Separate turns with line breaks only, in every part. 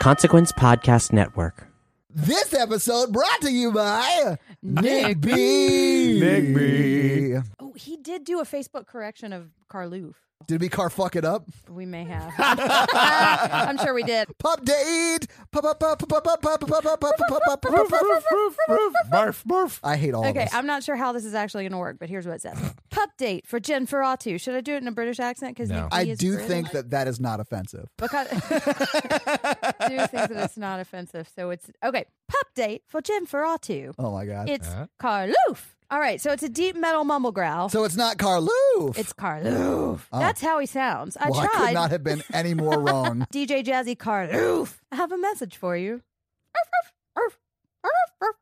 Consequence Podcast Network.
This episode brought to you by Nick B.
Nick
B.
Oh, he did do a Facebook correction of Carloof.
Did we car fuck it up?
We may have. I'm sure we did.
Pub date. Pub, pub, pub, pub, pub, pub, pub, pub, pub, pub, pub, pub,
Roof,
pub.
roof, roof, roof. Barf, barf.
I hate all of
Okay,
this.
I'm not sure how this is actually going to work, but here's what it says. Pup date for Jen Ferratu. Should I do it in a British accent? Because
No.
I do think that that is not offensive.
Because I do think that it's not offensive. So it's okay. Pup date for Jen Ferratu.
Oh my god.
It's
Huh?
Carloof. All right, so it's a deep metal mumble growl.
So it's not Carloof.
it's Carloof. That's how he sounds. I
well, I
tried.
could not have been any more wrong.
DJ Jazzy Carloof. I have a message for you. Arf, arf, arf, arf,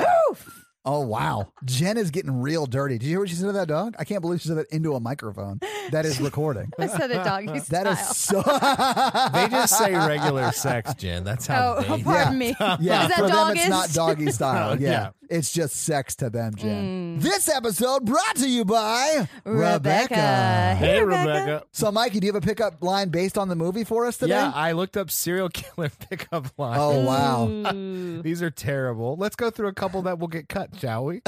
arf. Carloof.
Oh wow. Jen is getting real dirty. Did you hear what she said to that dog? I can't believe she said that into a microphone. That is recording.
I said a doggy
That
style.
is so
They just say regular sex, Jen. That's how
oh,
they.
pardon me.
Yeah,
Is that
for them
dog
it's
is?
not doggy style.
Oh,
yeah.
yeah.
it's just sex to them, Jen.
Mm.
This episode brought to you by Rebecca.
Hey, Rebecca.
So, Mikey, do you have a pickup line based on the movie for us today?
Yeah, I looked up serial killer pickup lines.
Oh wow.
Mm.
These are terrible. Let's go through a couple that will get cut, shall we?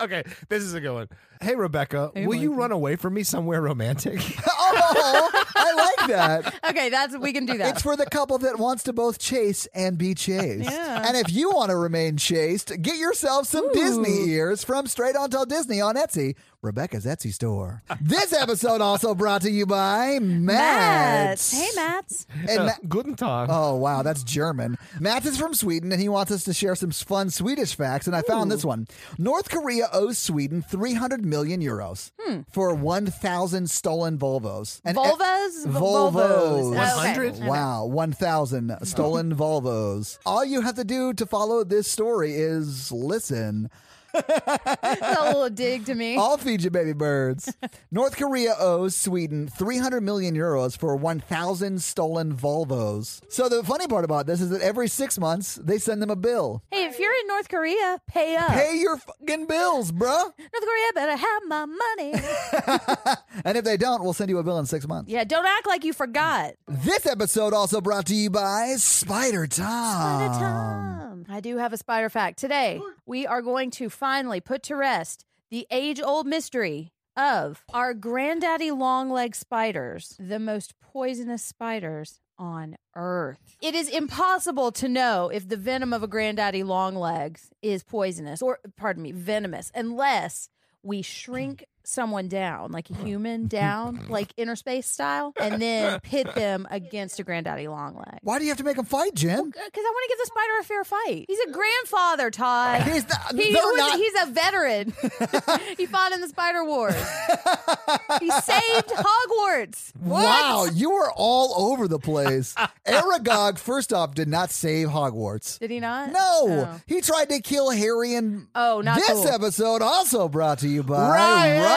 okay, this is a good one. Hey, Rebecca, will you run away from me somewhere romantic?
oh, I like that.
Okay, that's we can do that.
It's for the couple that wants to both chase and be chased.
Yeah.
And if you want to remain chased, get yourself some Disney ears from Straight On Tell Disney on Etsy, Rebecca's Etsy store. this episode also brought to you by Matt.
Mats. Hey, Mats.
And Ma-
Guten Tag.
Oh wow, that's German. Matt is from Sweden and he wants us to share some fun Swedish facts. And I found this one: North Korea owes Sweden 300 million euros
Hmm.
for 1,000 stolen Volvos. And e-
Volvos? V-
Volvos.
Volvos.
okay. 100?
Wow,
Oh.
1,000 stolen Volvos. All you have to do to follow this story is listen.
That's a little dig to me.
I'll feed you, baby birds. North Korea owes Sweden 300 million euros for 1,000 stolen Volvos. So the funny part about this is that every six months they send them a bill.
hey, if you're in North Korea, pay up.
Pay your fucking bills, bruh.
North Korea better have my money.
And if they don't, we'll send you a bill in six months.
yeah, don't act like you forgot.
This episode also brought to you by Spider Tom.
Spider Tom. I do have a spider fact. Today, we are going to finally put to rest the age old mystery of are granddaddy long leg spiders the most poisonous spiders on earth? It is impossible to know if the venom of a granddaddy long legs is poisonous or, pardon me, venomous, unless we shrink someone down, like a human down, like interspace style, and then pit them against a granddaddy long leg
Why do you have to make them fight, Jen?
because Uh, I want to give the spider a fair fight. He's a grandfather, Todd.
He's not-
He
they're
was-
not-
he's a veteran. he fought in the Spider Wars. he saved Hogwarts.
Wow, you are all over the place. Aragog, first off, did not save Hogwarts.
Did he not?
No,
Oh.
he tried to kill Harry and.
Oh, not
this
cool.
episode also brought to you by
Ryan!
Ryan.
Oh.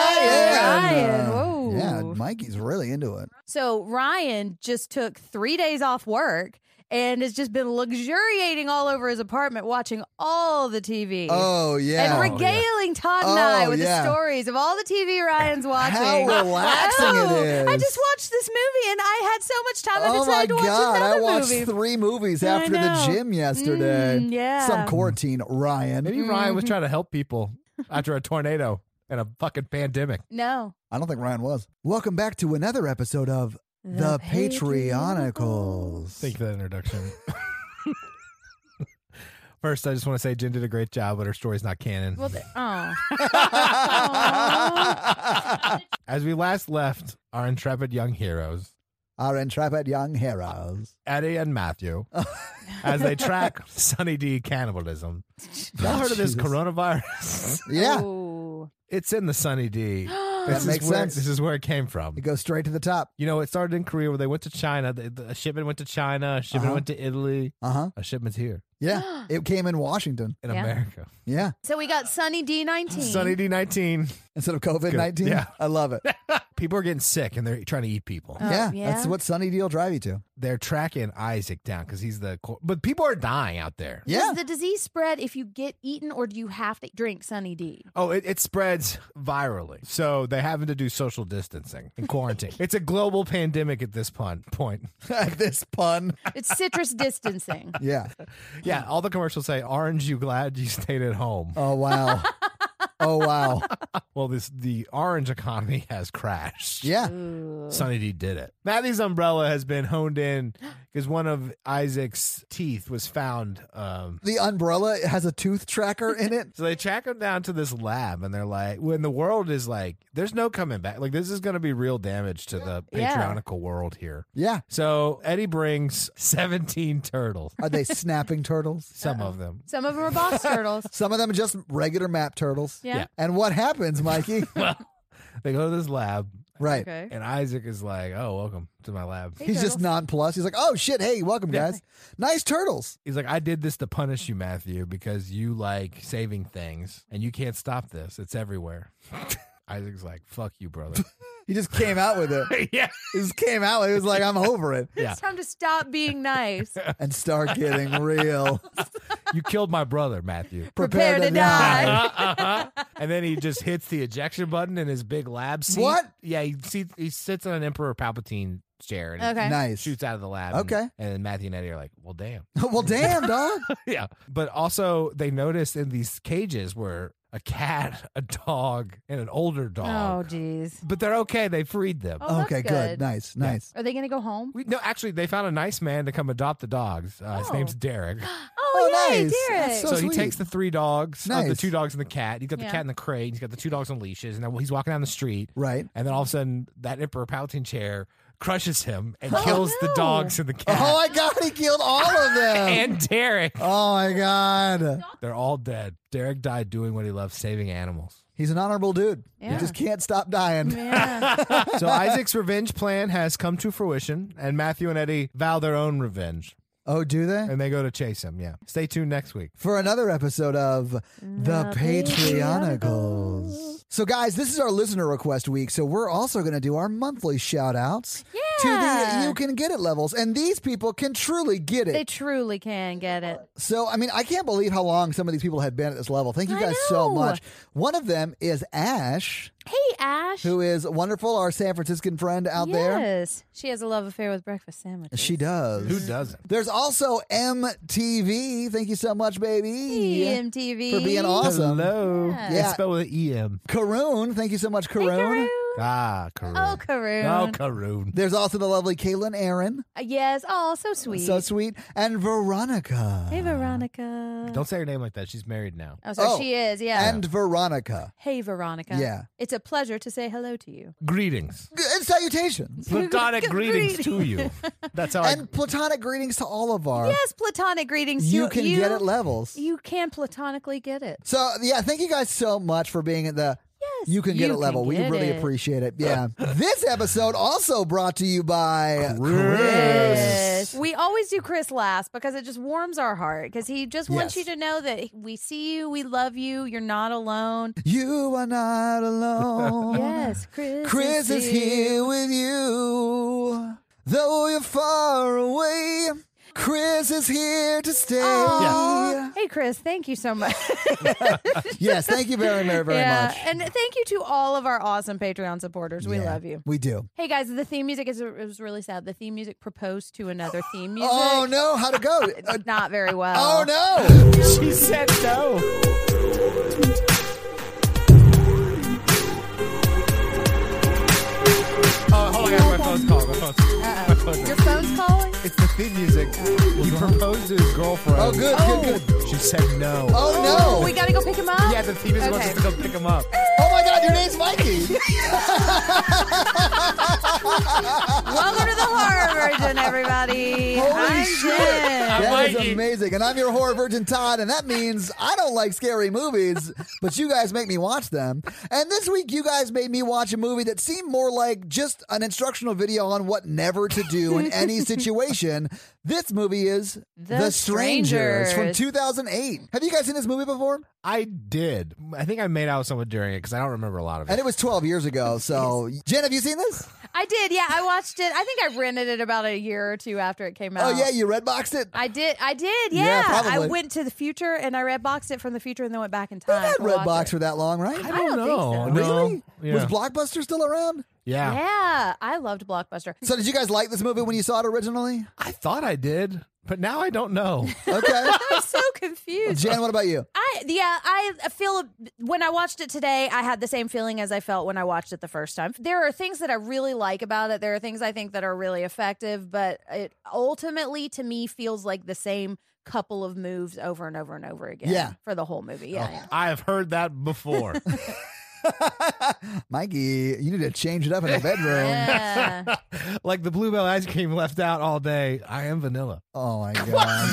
Ryan, whoa.
Yeah, Mikey's really into it.
So Ryan just took three days off work and has just been luxuriating all over his apartment, watching all the TV.
Oh yeah.
And regaling Todd and
Oh,
I with
yeah.
the stories of all the TV Ryan's watching.
relaxing it
Oh, I
is.
just watched this movie and I had so much time. I
Oh my
decided to watch
god!
another
I watched
movie.
three movies
I
after the
know.
gym yesterday.
Mm, yeah.
some quarantine, Ryan.
Maybe Ryan was trying to help people after a tornado and a fucking pandemic.
no.
I don't think Ryan was. Welcome back to another episode of The,
The
Patreonicals.
Thank you for that introduction. First, I just want to say Jen did a great job, but her story's not canon.
Well, th- oh.
As we last left our intrepid young heroes,
Our intrepid young heroes.
Eddie and Matthew, as they track Sunny D cannibalism. Y'all heard of this
Jesus.
coronavirus?
Oh.
Yeah,
Ooh.
it's in the Sunny D.
That
This is
makes
where-
sense.
This is where it came from.
it goes straight to the top.
You know, it started in Korea where they went to China. The, the- a shipment went to China. A shipment
Uh-huh.
went to Italy.
Uh huh.
A shipment's here
Yeah, it came in Washington.
in
Yeah.
America.
Yeah,
So we got Sunny D19.
Sunny D19.
instead of COVID nineteen.
Yeah.
I love it.
people are getting sick and they're trying to eat people.
Oh,
yeah,
yeah?
that's what Sunny Deal drive you to.
They're tracking Isaac down because he's the. co- But people are dying out there.
Yeah.
Does the disease spread if you get eaten, or do you have to drink Sunny D?
Oh, it, it spreads virally. So they're having to do social distancing and quarantine. it's a global pandemic at this pon- point.
this pun.
It's citrus distancing.
Yeah.
Yeah, all the commercials say, Orange, you glad you stayed at home?
Oh wow. oh wow.
Well, this the orange economy has crashed.
Yeah.
Sonny D did it. Matthew's umbrella has been honed in because one of Isaac's teeth was found. Um,
The umbrella has a tooth tracker in it.
so they track him down to this lab and they're like, when the world is like, there's no coming back. Like, this is going to be real damage to the
Yeah.
patriarchal world here.
Yeah.
So Eddie brings 17 turtles,
Are they snapping turtles?
some of them.
Some of them are boss turtles.
Some of them are just regular map turtles.
Yeah.
Yeah.
And what happens, Mikey?
They go to this lab
right.
Okay.
and Isaac is like, oh, welcome to my lab.
Hey,
He's just
turtles.
nonplussed. He's like, "Oh shit! Hey, welcome,
Yeah.
guys. Nice turtles."
He's like, I did this to punish you, Matthew, because you like saving things and you can't stop this. It's everywhere. Isaac's like, fuck you, brother.
He just came out with it.
yeah.
He just came out. He was like, "I'm over it,"
Yeah.
It's time to stop being nice.
and start getting real.
You killed my brother, Matthew.
Prepare to die.
And then he just hits the ejection button in his big lab seat.
What?
Yeah, he seats, he sits on an Emperor Palpatine chair and
Okay.
he
Nice.
shoots out of the lab.
Okay.
And, and then Matthew and Eddie are like, well, damn.
well, damn, dog.
yeah. But also, they noticed in these cages were a cat, a dog, and an older
Oh,
dog.
jeez.
But they're okay. They freed them.
Oh, that's
okay, good.
good.
Nice, nice.
Are they going to go home?
We, no, actually, they found a nice man to come adopt the dogs. Uh, His
Oh.
name's Derek.
Oh,
Oh,
yay,
nice.
Derek.
That's So
So, he
sweet.
takes the three dogs, uh, the
Nice.
two dogs and the cat. He's got the
Yeah.
cat in the crate. He's got the two dogs on leashes, and then he's walking down the street.
Right.
And then all of a sudden, that Emperor Palpatine chair crushes him and kills the
Oh, no.
dogs and the cat.
Oh my god, he killed all of them.
and Derek.
oh my god,
They're all dead. Derek died doing what he loves, saving animals.
he's an honorable dude. He
Yeah.
just can't stop dying.
Yeah.
so Isaac's revenge plan has come to fruition, and Matthew and Eddie vow their own revenge,
Oh, do they?
and they go to chase him. Yeah. Stay tuned next week.
for another episode of The Patreonicals. So, guys, this is our listener request week. So, we're also going to do our monthly shout outs to
Yeah.
the You Can Get It levels. And these people can truly get it.
They truly can get it.
So, I mean, I can't believe how long some of these people have been at this level. Thank you
I
guys so
know.
much. One of them is Ash,
Hey, Ash.
who is wonderful, our San Franciscan friend out there.
Yes. She has a love affair with breakfast sandwiches.
She does.
Who doesn't?
There's also MTV. Thank you so much,
E
baby.
EMTV.
For being awesome.
Hello.
Yeah.
Yeah.
It's spelled with an EM.
Karoon. Thank you so much, Karoon.
Ah, Karun.
Oh, Karun.
Oh, Karun.
There's also the lovely Caitlin Aaron.
Uh, Yes. Oh, so sweet.
So sweet. And Veronica.
hey, Veronica.
Don't say her name like that. She's married now.
Oh, so
Oh,
she is. Yeah.
And Veronica.
hey, Veronica.
Yeah.
It's a pleasure to say hello to you.
Greetings.
G- And salutations.
Platonic greetings to you. That's how
And platonic greetings to all of our
Yes, platonic greetings.
You
to
Can
you.
Get It levels.
You can platonically get it.
so, yeah, thank you guys so much for being at the
Yes.
You Can Get
You
It level.
Can
we
Get
really
It.
appreciate it. Yeah. this episode also brought to you by
Yes. We always do Chris last because it just warms our heart because he just wants
Yes.
you to know that we see you, we love you, you're not alone.
You Are Not Alone.
Yes, Chris.
Chris is here with you. Though you're far away, Chris is here to stay.
Aw. Hey, Chris, thank you so much.
Yes, thank you very, very, very
yeah.
much.
And thank you to all of our awesome Patreon supporters. We
Yeah,
love you.
We do.
Hey, guys, the theme music is it was really sad. The theme music proposed to another theme music.
Oh, no. How'd it go? Uh,
Not very well.
oh, no.
she said no. Oh, hold on, guys. My phone's calling. My phone's my phone's-
Your phone's calling?
It's the theme music. He proposed to his girlfriend.
Oh, good, good, good.
She said no.
Oh,
We
no.
got to go pick him up?
Yeah, the theme music wants us
Okay.
to go pick him up.
Oh, my God. Your name's Mikey.
Welcome to the horror virgin, everybody.
Holy
I'm
shit.
Jen.
I'm
That is
Mikey.
amazing. And I'm your horror virgin Todd, and that means I don't like scary movies, but you guys make me watch them. And this week, you guys made me watch a movie that seemed more like just an instructional video on what never to do in any situation. This movie is
The
from
Strangers.
2008. Have you guys seen this movie before?
I did. I think I made out with someone during it because I don't remember a lot of it.
And it was 12 years ago. So, Jen, have you seen this?
I did, yeah. I watched it. I think I rented it about a year or two after it came out.
Oh, yeah, you red boxed it.
I did. I did.
Yeah,
Yeah. I
probably.
went to the future and I red boxed it from the future and then went back in time.
had
to
red
watch
box
it.
for that long, right?
I don't think
know. No.
Really?
Yeah.
Was Blockbuster still around?
yeah.
Yeah, I loved Blockbuster.
So did you guys like this movie when you saw it originally?
I thought I did, but now I don't know.
Okay.
I'm so confused.
Jan, what about you?
I yeah, I feel when I watched it today, I had the same feeling as I felt when I watched it the first time. There are things that I really like about it. There are things I think that are really effective, but it ultimately to me feels like the same couple of moves over and over and over again.
Yeah. Oh,
For the whole movie. Yeah. yeah.
I have heard that before.
Mikey, you need to change it up in the bedroom.
Yeah.
like the bluebell ice cream left out all day. I am vanilla.
oh my god.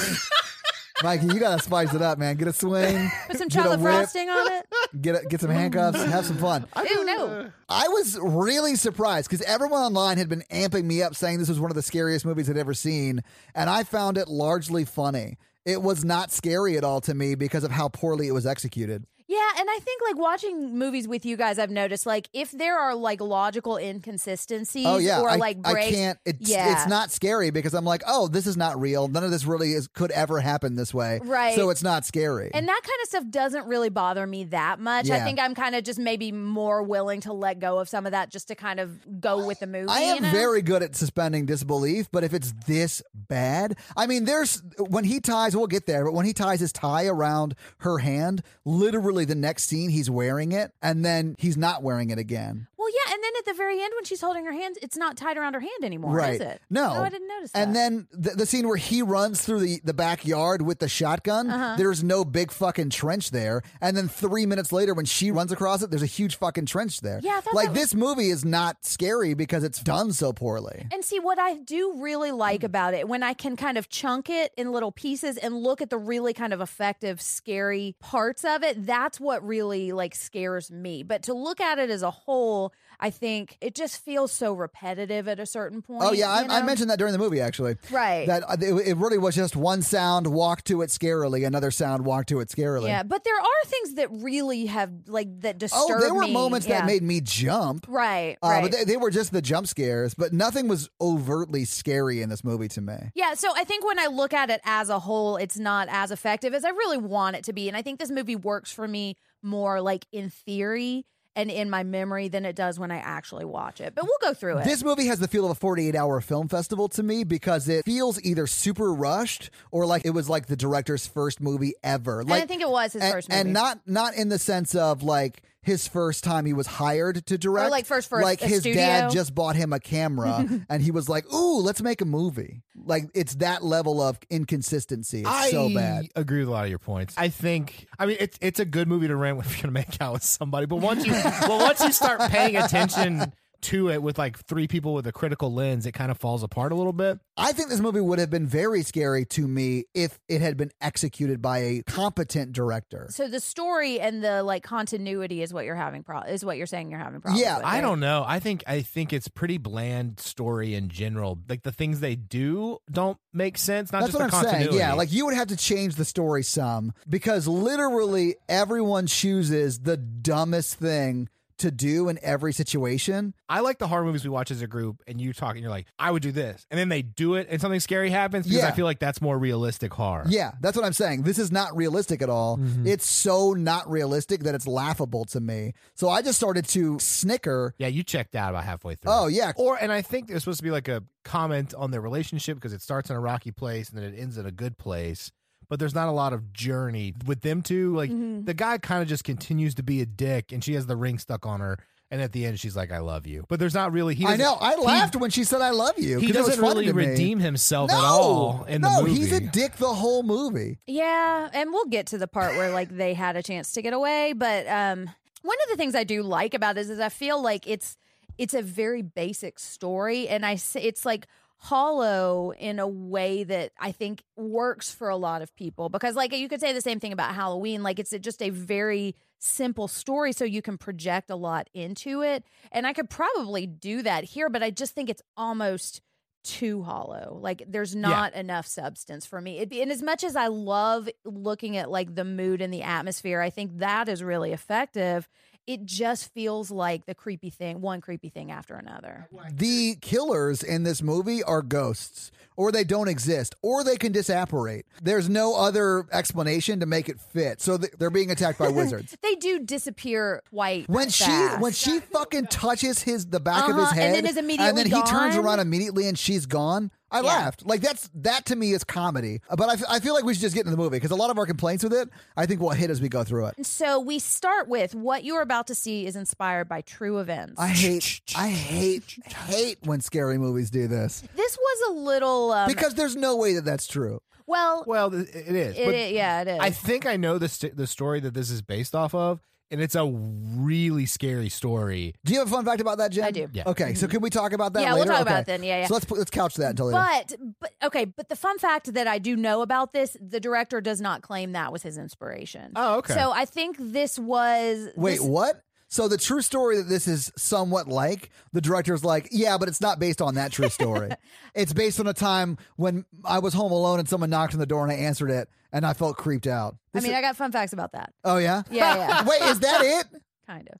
Mikey, you gotta spice it up, man. Get a swing,
Put some
Get a
chocolate
whip.
frosting on it.
get a, get some handcuffs, have some fun.
Ew, no.
I was really surprised because everyone online had been amping me up saying this was one of the scariest movies I'd ever seen, and I found it largely funny. It was not scary at all to me because of how poorly it was executed.
Yeah, and I think like watching movies with you guys, I've noticed like if there are like logical inconsistencies
Oh yeah,
or
I,
like
I
breaks,
can't. It's
yeah.
it's not scary because I'm like, oh, this is not real. None of this really is could ever happen this way.
Right.
So it's not scary.
And that kind of stuff doesn't really bother me that much. I
Yeah.
think I'm kind of just maybe more willing to let go of some of that just to kind of go with the movie.
I
you
am
know?
very good at suspending disbelief, but if it's this bad, I mean, there's when he ties, we'll get there, but when he ties his tie around her hand, literally the next scene he's wearing it and then he's not wearing it again.
well, yeah. And then at the very end, when she's holding her hands, it's not tied around her hand anymore,
right.
is it? Oh,
No.
I didn't notice that.
And then the, the scene where he runs through the, the backyard with the shotgun,
Uh-huh.
there's no big fucking trench there. And then three minutes later, when she runs across it, there's a huge fucking trench there.
Yeah, I thought
Like
that was-
this movie is not scary because it's done so poorly.
And see, what I do really
Mm.
like about it when I can kind of chunk it in little pieces and look at the really kind of effective, scary parts of it, that's what really like scares me. But to look at it as a whole, I think it just feels so repetitive at a certain point.
Oh yeah, I,
you
I
know?
mentioned that during the movie actually.
Right.
That uh, it, it really was just one sound, walk to it scarily, another sound, walk to it scarily.
Yeah, but there are things that really have like that disturb
Oh, there were
me.
moments
Yeah.
that made me jump.
right,
Uh,
right.
but they, they were just the jump scares, but nothing was overtly scary in this movie to me.
yeah, so I think when I look at it as a whole, it's not as effective as I really want it to be, and I think this movie works for me more like in theory and in my memory than it does when I actually watch it. But we'll go through it.
This movie has the feel of a 48 hour film festival to me because it feels either super rushed or like it was like the director's first movie ever. Like,
and I think it was his
and,
first movie.
and not not in the sense of like his first time he was hired to direct,
like, first for a-
like
a
his
studio.
dad just bought him a camera and he was like, "Ooh, let's make a movie." Like it's that level of inconsistency. It's
I
so bad.
agree with a lot of your points. I think I mean it's it's a good movie to rent if you're gonna make out with somebody, but once you well once you start paying attention to it with like three people with a critical lens, it kind of falls apart a little bit.
I think this movie would have been very scary to me if it had been executed by a competent director.
so the story and the like continuity is what you're having pro- is what you're saying you're having problems.
Yeah,
with,
I
right?
don't know. I think I think it's pretty bland story in general. Like the things they do don't make sense. Not
That's
just
what I'm
the continuity.
saying. Yeah, like you would have to change the story some because literally everyone chooses the dumbest thing to do in every situation.
I like the horror movies we watch as a group, and you talk, and you're like, I would do this, and then they do it, and something scary happens because
Yeah.
I feel like that's more realistic horror.
Yeah, that's what I'm saying. This is not realistic at all.
Mm-hmm.
It's so not realistic that it's laughable to me. So I just started to snicker.
Yeah, you checked out about halfway through.
Oh yeah.
Or and I think there's supposed to be like a comment on their relationship because it starts in a rocky place and then it ends in a good place. But there's not a lot of journey with them two. Like
Mm-hmm.
the guy kind of just continues to be a dick, and she has the ring stuck on her. And at the end, she's like, "I love you," but there's not really. He
I
doesn't-
know. I
he-
laughed when she said I love you.
He
'cause it was
doesn't
funny
really
to me.
redeem himself
no,
at all in
no,
the movie.
he's a dick the whole movie.
Yeah, and we'll get to the part where like they had a chance to get away, but um one of the things I do like about it is, is I feel like it's it's a very basic story and I s- it's like hollow in a way that I think works for a lot of people because like you could say the same thing about Halloween like it's just a very simple story so you can project a lot into it and I could probably do that here but I just think it's almost too hollow like there's not enough substance for me it, and as much as I love looking at like the mood and the atmosphere I think that is really effective it just feels like the creepy thing one creepy thing after
Mm-hmm.
another
the killers in this movie are ghosts, or they don't exist, or they can disapparate. There's no other explanation to make it fit. So th- they're being attacked by wizards.
they do disappear quite
When she
fast.
when she fucking touches his the back of
Uh-huh,
his
and
head,
then is
and then
immediately
he turns
gone?
around immediately, and she's gone. I laughed. Like that's that to me is comedy. But I, f- I feel like we should just get into the movie because a lot of our complaints with it, I think, will hit as we go through it.
so we start with what you are about to see is inspired by true events
I hate, I hate, hate when scary movies do this
this was a little um,
because there's no way that that's true.
well,
Well, th- it is.
it,
but
i- yeah it is
I think I know the st- the story that this is based off of, and it's a really scary story.
Do you have a fun fact about that, Jen?
I do.
Yeah.
Okay, so can we talk about that?
Yeah, we'll
later?
talk about
Okay.
it then. Yeah, yeah.
So let's put- let's couch that until later.
but but okay but the fun fact that I do know about this the director does not claim that was his inspiration
Oh, okay.
so I think this was
Wait,
this-
what? So the true story that this is somewhat like, the director's like, yeah, but it's not based on that true story. it's based on a time when I was home alone and someone knocked on the door and I answered it and I felt creeped out.
I
This
mean
is-
I got fun facts about that
oh yeah?
Yeah, yeah.
Wait, is that it?
kind of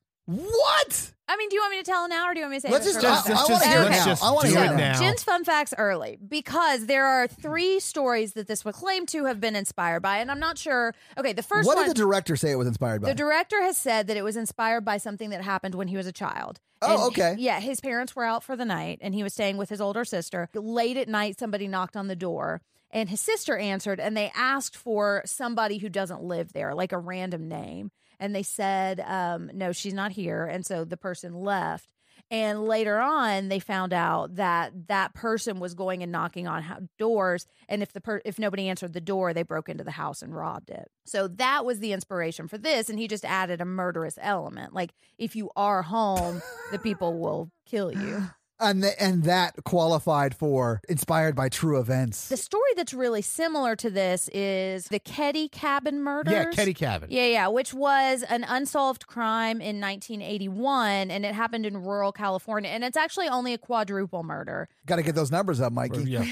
What?
I mean do you want me to tell now or do you want me to say
Let's
it
just,
first?
Just-
I,
just-
want to
just-
hear it
let's
now.
just
I want to
do
hear
it now.
Jen's fun facts early because there are three stories that this would claim to have been inspired by, and I'm not sure. Okay, the first
What
one.
did the director say it was inspired by?
the director has said that it was inspired by something that happened when he was a child.
Oh,
And he-
okay.
yeah, his parents were out for the night and he was staying with his older sister. Late at night, somebody knocked on the door and his sister answered and they asked for somebody who doesn't live there, like a random name. And they said, um, no, she's not here. And so the person left. And later on, they found out that that person was going and knocking on ho- doors, and if the per- if nobody answered the door, they broke into the house and robbed it. So that was the inspiration for this, and he just added a murderous element. Like if you are home, the people will kill you.
and, the, and that qualified for inspired by true events.
The story that's really similar to this is the Ketty Cabin murders.
Yeah, Ketty Cabin.
Yeah, yeah, which was an unsolved crime in 1981, and it happened in rural California. And it's actually only a quadruple murder.
Got to get those numbers up, Mikey.
Yeah.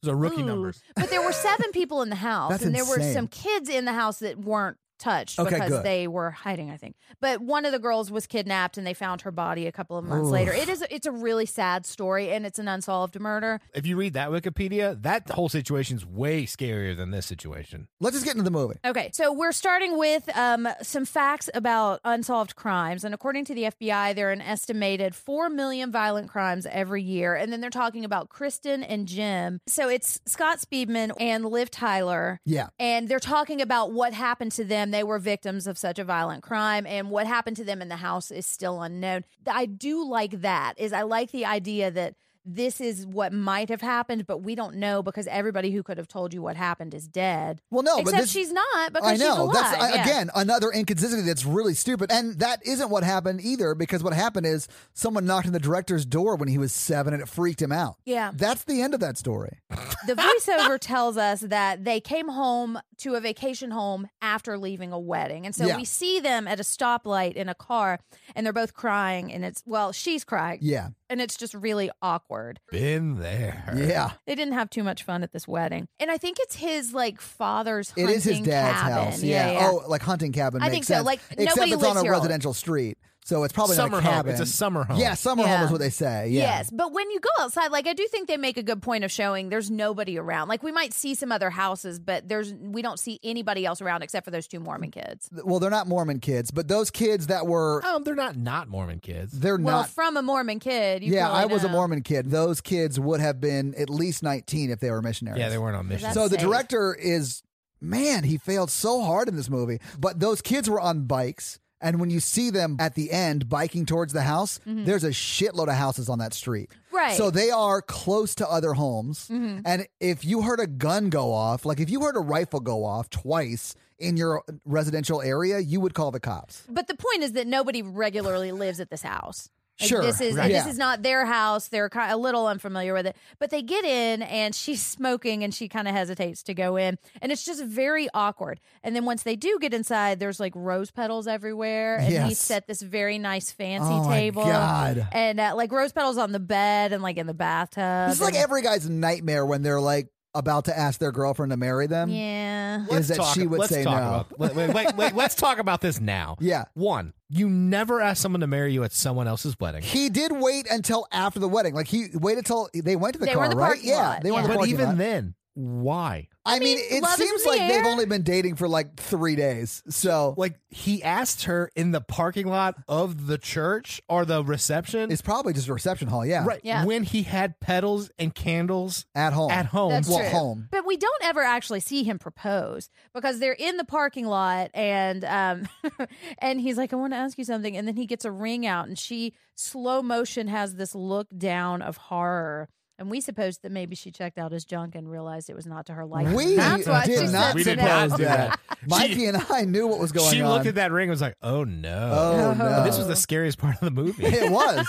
Those are rookie
Ooh.
numbers.
But there were seven people in the house,
That's
and there were
insane.
some kids in the house that weren't touched
Okay,
because
good.
they were hiding, I think. But one of the girls was kidnapped, and they found her body a couple of months later. It is it's a really sad story, and it's an unsolved murder.
If you read that Wikipedia, that whole situation's way scarier than this situation.
Let's just get into the movie.
Okay, so we're starting with um, some facts about unsolved crimes. And according to the FBI, there are an estimated 4 million violent crimes every year. And then they're talking about Kristen and Jim. So it's Scott Speedman and Liv Tyler.
Yeah.
And they're talking about what happened to them. They were victims of such a violent crime, and what happened to them in the house is still unknown. Th- I do like that. Is I like the idea that this is what might have happened, but we don't know because everybody who could have told you what happened is dead.
Well, no,
except
but this,
she's not because
I know.
she's alive.
That's I-
yeah.
again another inconsistency that's really stupid, and that isn't what happened either. Because what happened is someone knocked on the director's door when he was seven, and it freaked him out.
Yeah.
that's the end of that story.
the voiceover tells us that they came home to a vacation home after leaving a wedding. And so
Yeah.
we see them at a stoplight in a car and they're both crying and it's well, she's crying
Yeah,
and it's just really awkward.
Been there.
yeah.
They didn't have too much fun at this wedding. And I think it's his like father's
It is his
hunting
dad's
cabin.
house. Yeah.
yeah.
Oh, like hunting cabin.
I
makes
think so.
sense.
Like,
except
nobody
it's
lives
on a
here.
residential street, so it's probably
Summer
not a
home.
cabin.
It's a summer home.
Yeah, summer
Yeah.
home is what they say. Yeah.
Yes, but when you go outside, like I do think they make a good point of showing there's nobody around. Like we might see some other houses, but there's we don't see anybody else around except for those two Mormon kids.
Well, they're not Mormon kids, but those kids that were,
Um, they're not not Mormon kids.
they're
Oh, Well,
not.
from a Mormon kid, you
Yeah,
probably
I was a
know.
Mormon kid. Those kids would have been at least 19 if they were missionaries.
Yeah, they weren't on mission.
That's-
so the
safe.
director is man he failed so hard in this movie but those kids were on bikes and when you see them at the end biking towards the house there's a shitload of houses on that street
Mm-hmm. Right. Mm-hmm.
so they are close to other homes and if you heard a gun go off like if you heard a rifle go off twice in your residential area you would call the cops
But the point is that nobody regularly lives at this house. Like,
Sure,
this is
right.
this
Yeah.
is not their house. They're kind a little unfamiliar with it, but they get in and she's smoking and she kind of hesitates to go in, and it's just very awkward. And then once they do get inside, there's like rose petals everywhere, and he
Yes.
set this very nice fancy
Oh my
table,
God.
and uh, like rose petals on the bed and like in the bathtub.
This is like
and-
every guy's nightmare when they're like about to ask their girlfriend to marry them.
yeah.
Is that
talk,
she would
let's
say
talk
no.
About, let- wait, wait, wait, let's talk about this now.
Yeah.
One, you never ask someone to marry you at someone else's wedding.
He did wait until after the wedding. Like he waited till they went to the
They
car,
were in the
right?
parking
yeah,
lot,
they went to the
yeah.
But
parking
even
lot.
then, why?
I mean,
mean,
it
love is in
seems
the
like they've
air.
only been dating for like three days. So
Like he asked her in the parking lot of the church or the reception.
it's probably just a reception hall. Yeah,
right.
Yeah.
When he had petals and candles
At home.
At home.
That's
well,
true.
home.
But we don't ever actually see him propose because they're in the parking lot and um and he's like, I want to ask you something. And then he gets a ring out and she slow motion has this look down of horror. And we supposed that maybe she checked out his junk and realized it was not to her liking.
We
That's why she
did
said
not
We did
suppose
not do
that.
that.
Mikey
She-
and I knew what was going
she
on.
looked at that ring and was like, oh no.
Oh, no.
This was the scariest part of the movie.
it was.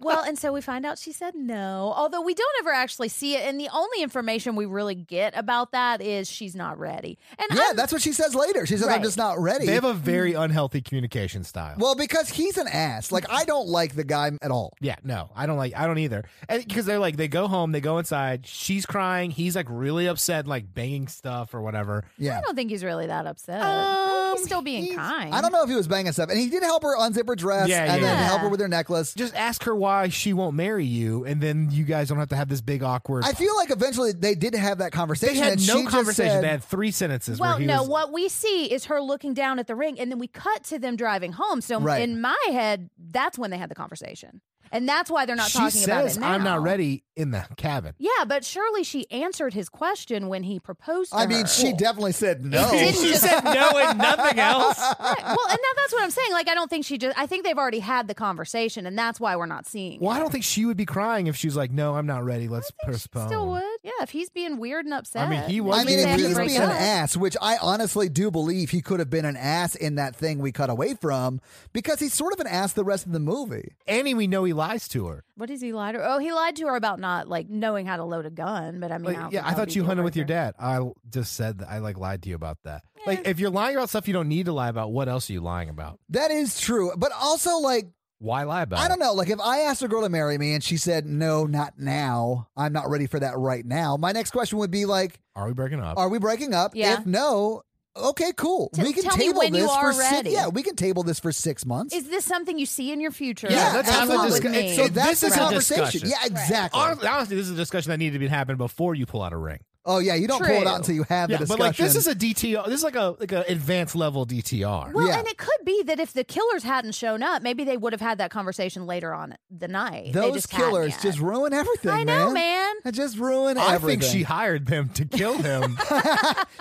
Well, and so we find out she said no. Although we don't ever actually see it, and the only information we really get about that is she's not ready. And
Yeah,
I'm-
that's what she says later. She says,
Right.
"I'm just not ready."
they have a very unhealthy communication style.
well, because he's an ass. Like I don't like the guy at all.
Yeah, no, I don't like. I don't either. Because they're like, they go home, they go inside. She's crying. He's like really upset, like banging stuff or whatever.
Yeah.
I don't think he's really that upset. he's still being kind.
Um, I don't know if he was banging stuff, and he did help her unzip her dress
Yeah,
and
yeah,
then
yeah.
help her with her necklace.
Just ask her why she won't marry you, and then you guys don't have to have this big awkward.
I feel like eventually they did have that
they
conversation.
had
and she
no
just
conversation.
said-
they had three sentences.
Well,
where he
no,
was,
what we see is her looking down at the ring, and then we cut to them driving home. So
Right.
in my head, that's when they had the converssion, and that's why they're not
she
talking
says,
about it now.
"I'm not ready" in the cabin.
Yeah, but surely she answered his question when he proposed. To
I mean,
her.
she definitely said no.
Didn't
she
just-
said no and nothing else.
Right. Well, and now that's what I'm saying. Like, I don't think she just. I think they've already had the conversation, and that's why we're not seeing.
Well, I
it.
don't think she would be crying if she's like, "No, I'm not ready. Let's
I think she
postpone."
still would. Yeah, if he's being weird and upset.
he was
I mean,
maybe they
being
if
have to
he's
break
being
up.
an ass, which I honestly do believe he could have been an ass in that thing we cut away from, because he's sort of an ass the rest of the movie.
Annie, we know he lies to her.
What does he lie to? her? Oh, he lied to her about not like knowing how to load a gun. But I mean,
Like,
I don't
yeah,
think
I
that would be
thought you
deal
hunted with your
breaker.
dad. I l- just said that I like lied to you about that. Like, if you're lying about stuff you don't need to lie about, what else are you lying about?
That is true, but also like
Why lie about?
I don't
it?
know. Like if I asked a girl to marry me and she said no, not now, I'm not ready for that right now. My next question would be like,
Are we breaking up?
are we breaking up?
Yeah.
If no, okay, cool.
T-
we can
tell me
table
when you
this
are
for six.
ready.
Yeah, we can table this for six months.
Is this something you see in your future?
Yeah, let's
That's
have
what
a
would
discu-
mean.
it's-
so
It-
that's
this
the
is a
conversation.
discussion.
Yeah, exactly.
Honestly, honestly, this is a discussion that needed to be happened before you pull out a ring.
Oh yeah, you don't pull it
True.
out until you have the
but
discussion.
like this is a DTR. This is like a like an advanced level DTR.
Well,
Yeah.
and it could be that if the killers hadn't shown up, maybe they would have had that conversation later on the night. They
Those
just hadn't
killers
yet.
just ruin everything.
I know, man.
They just ruin
I
everything.
think she hired them to kill him.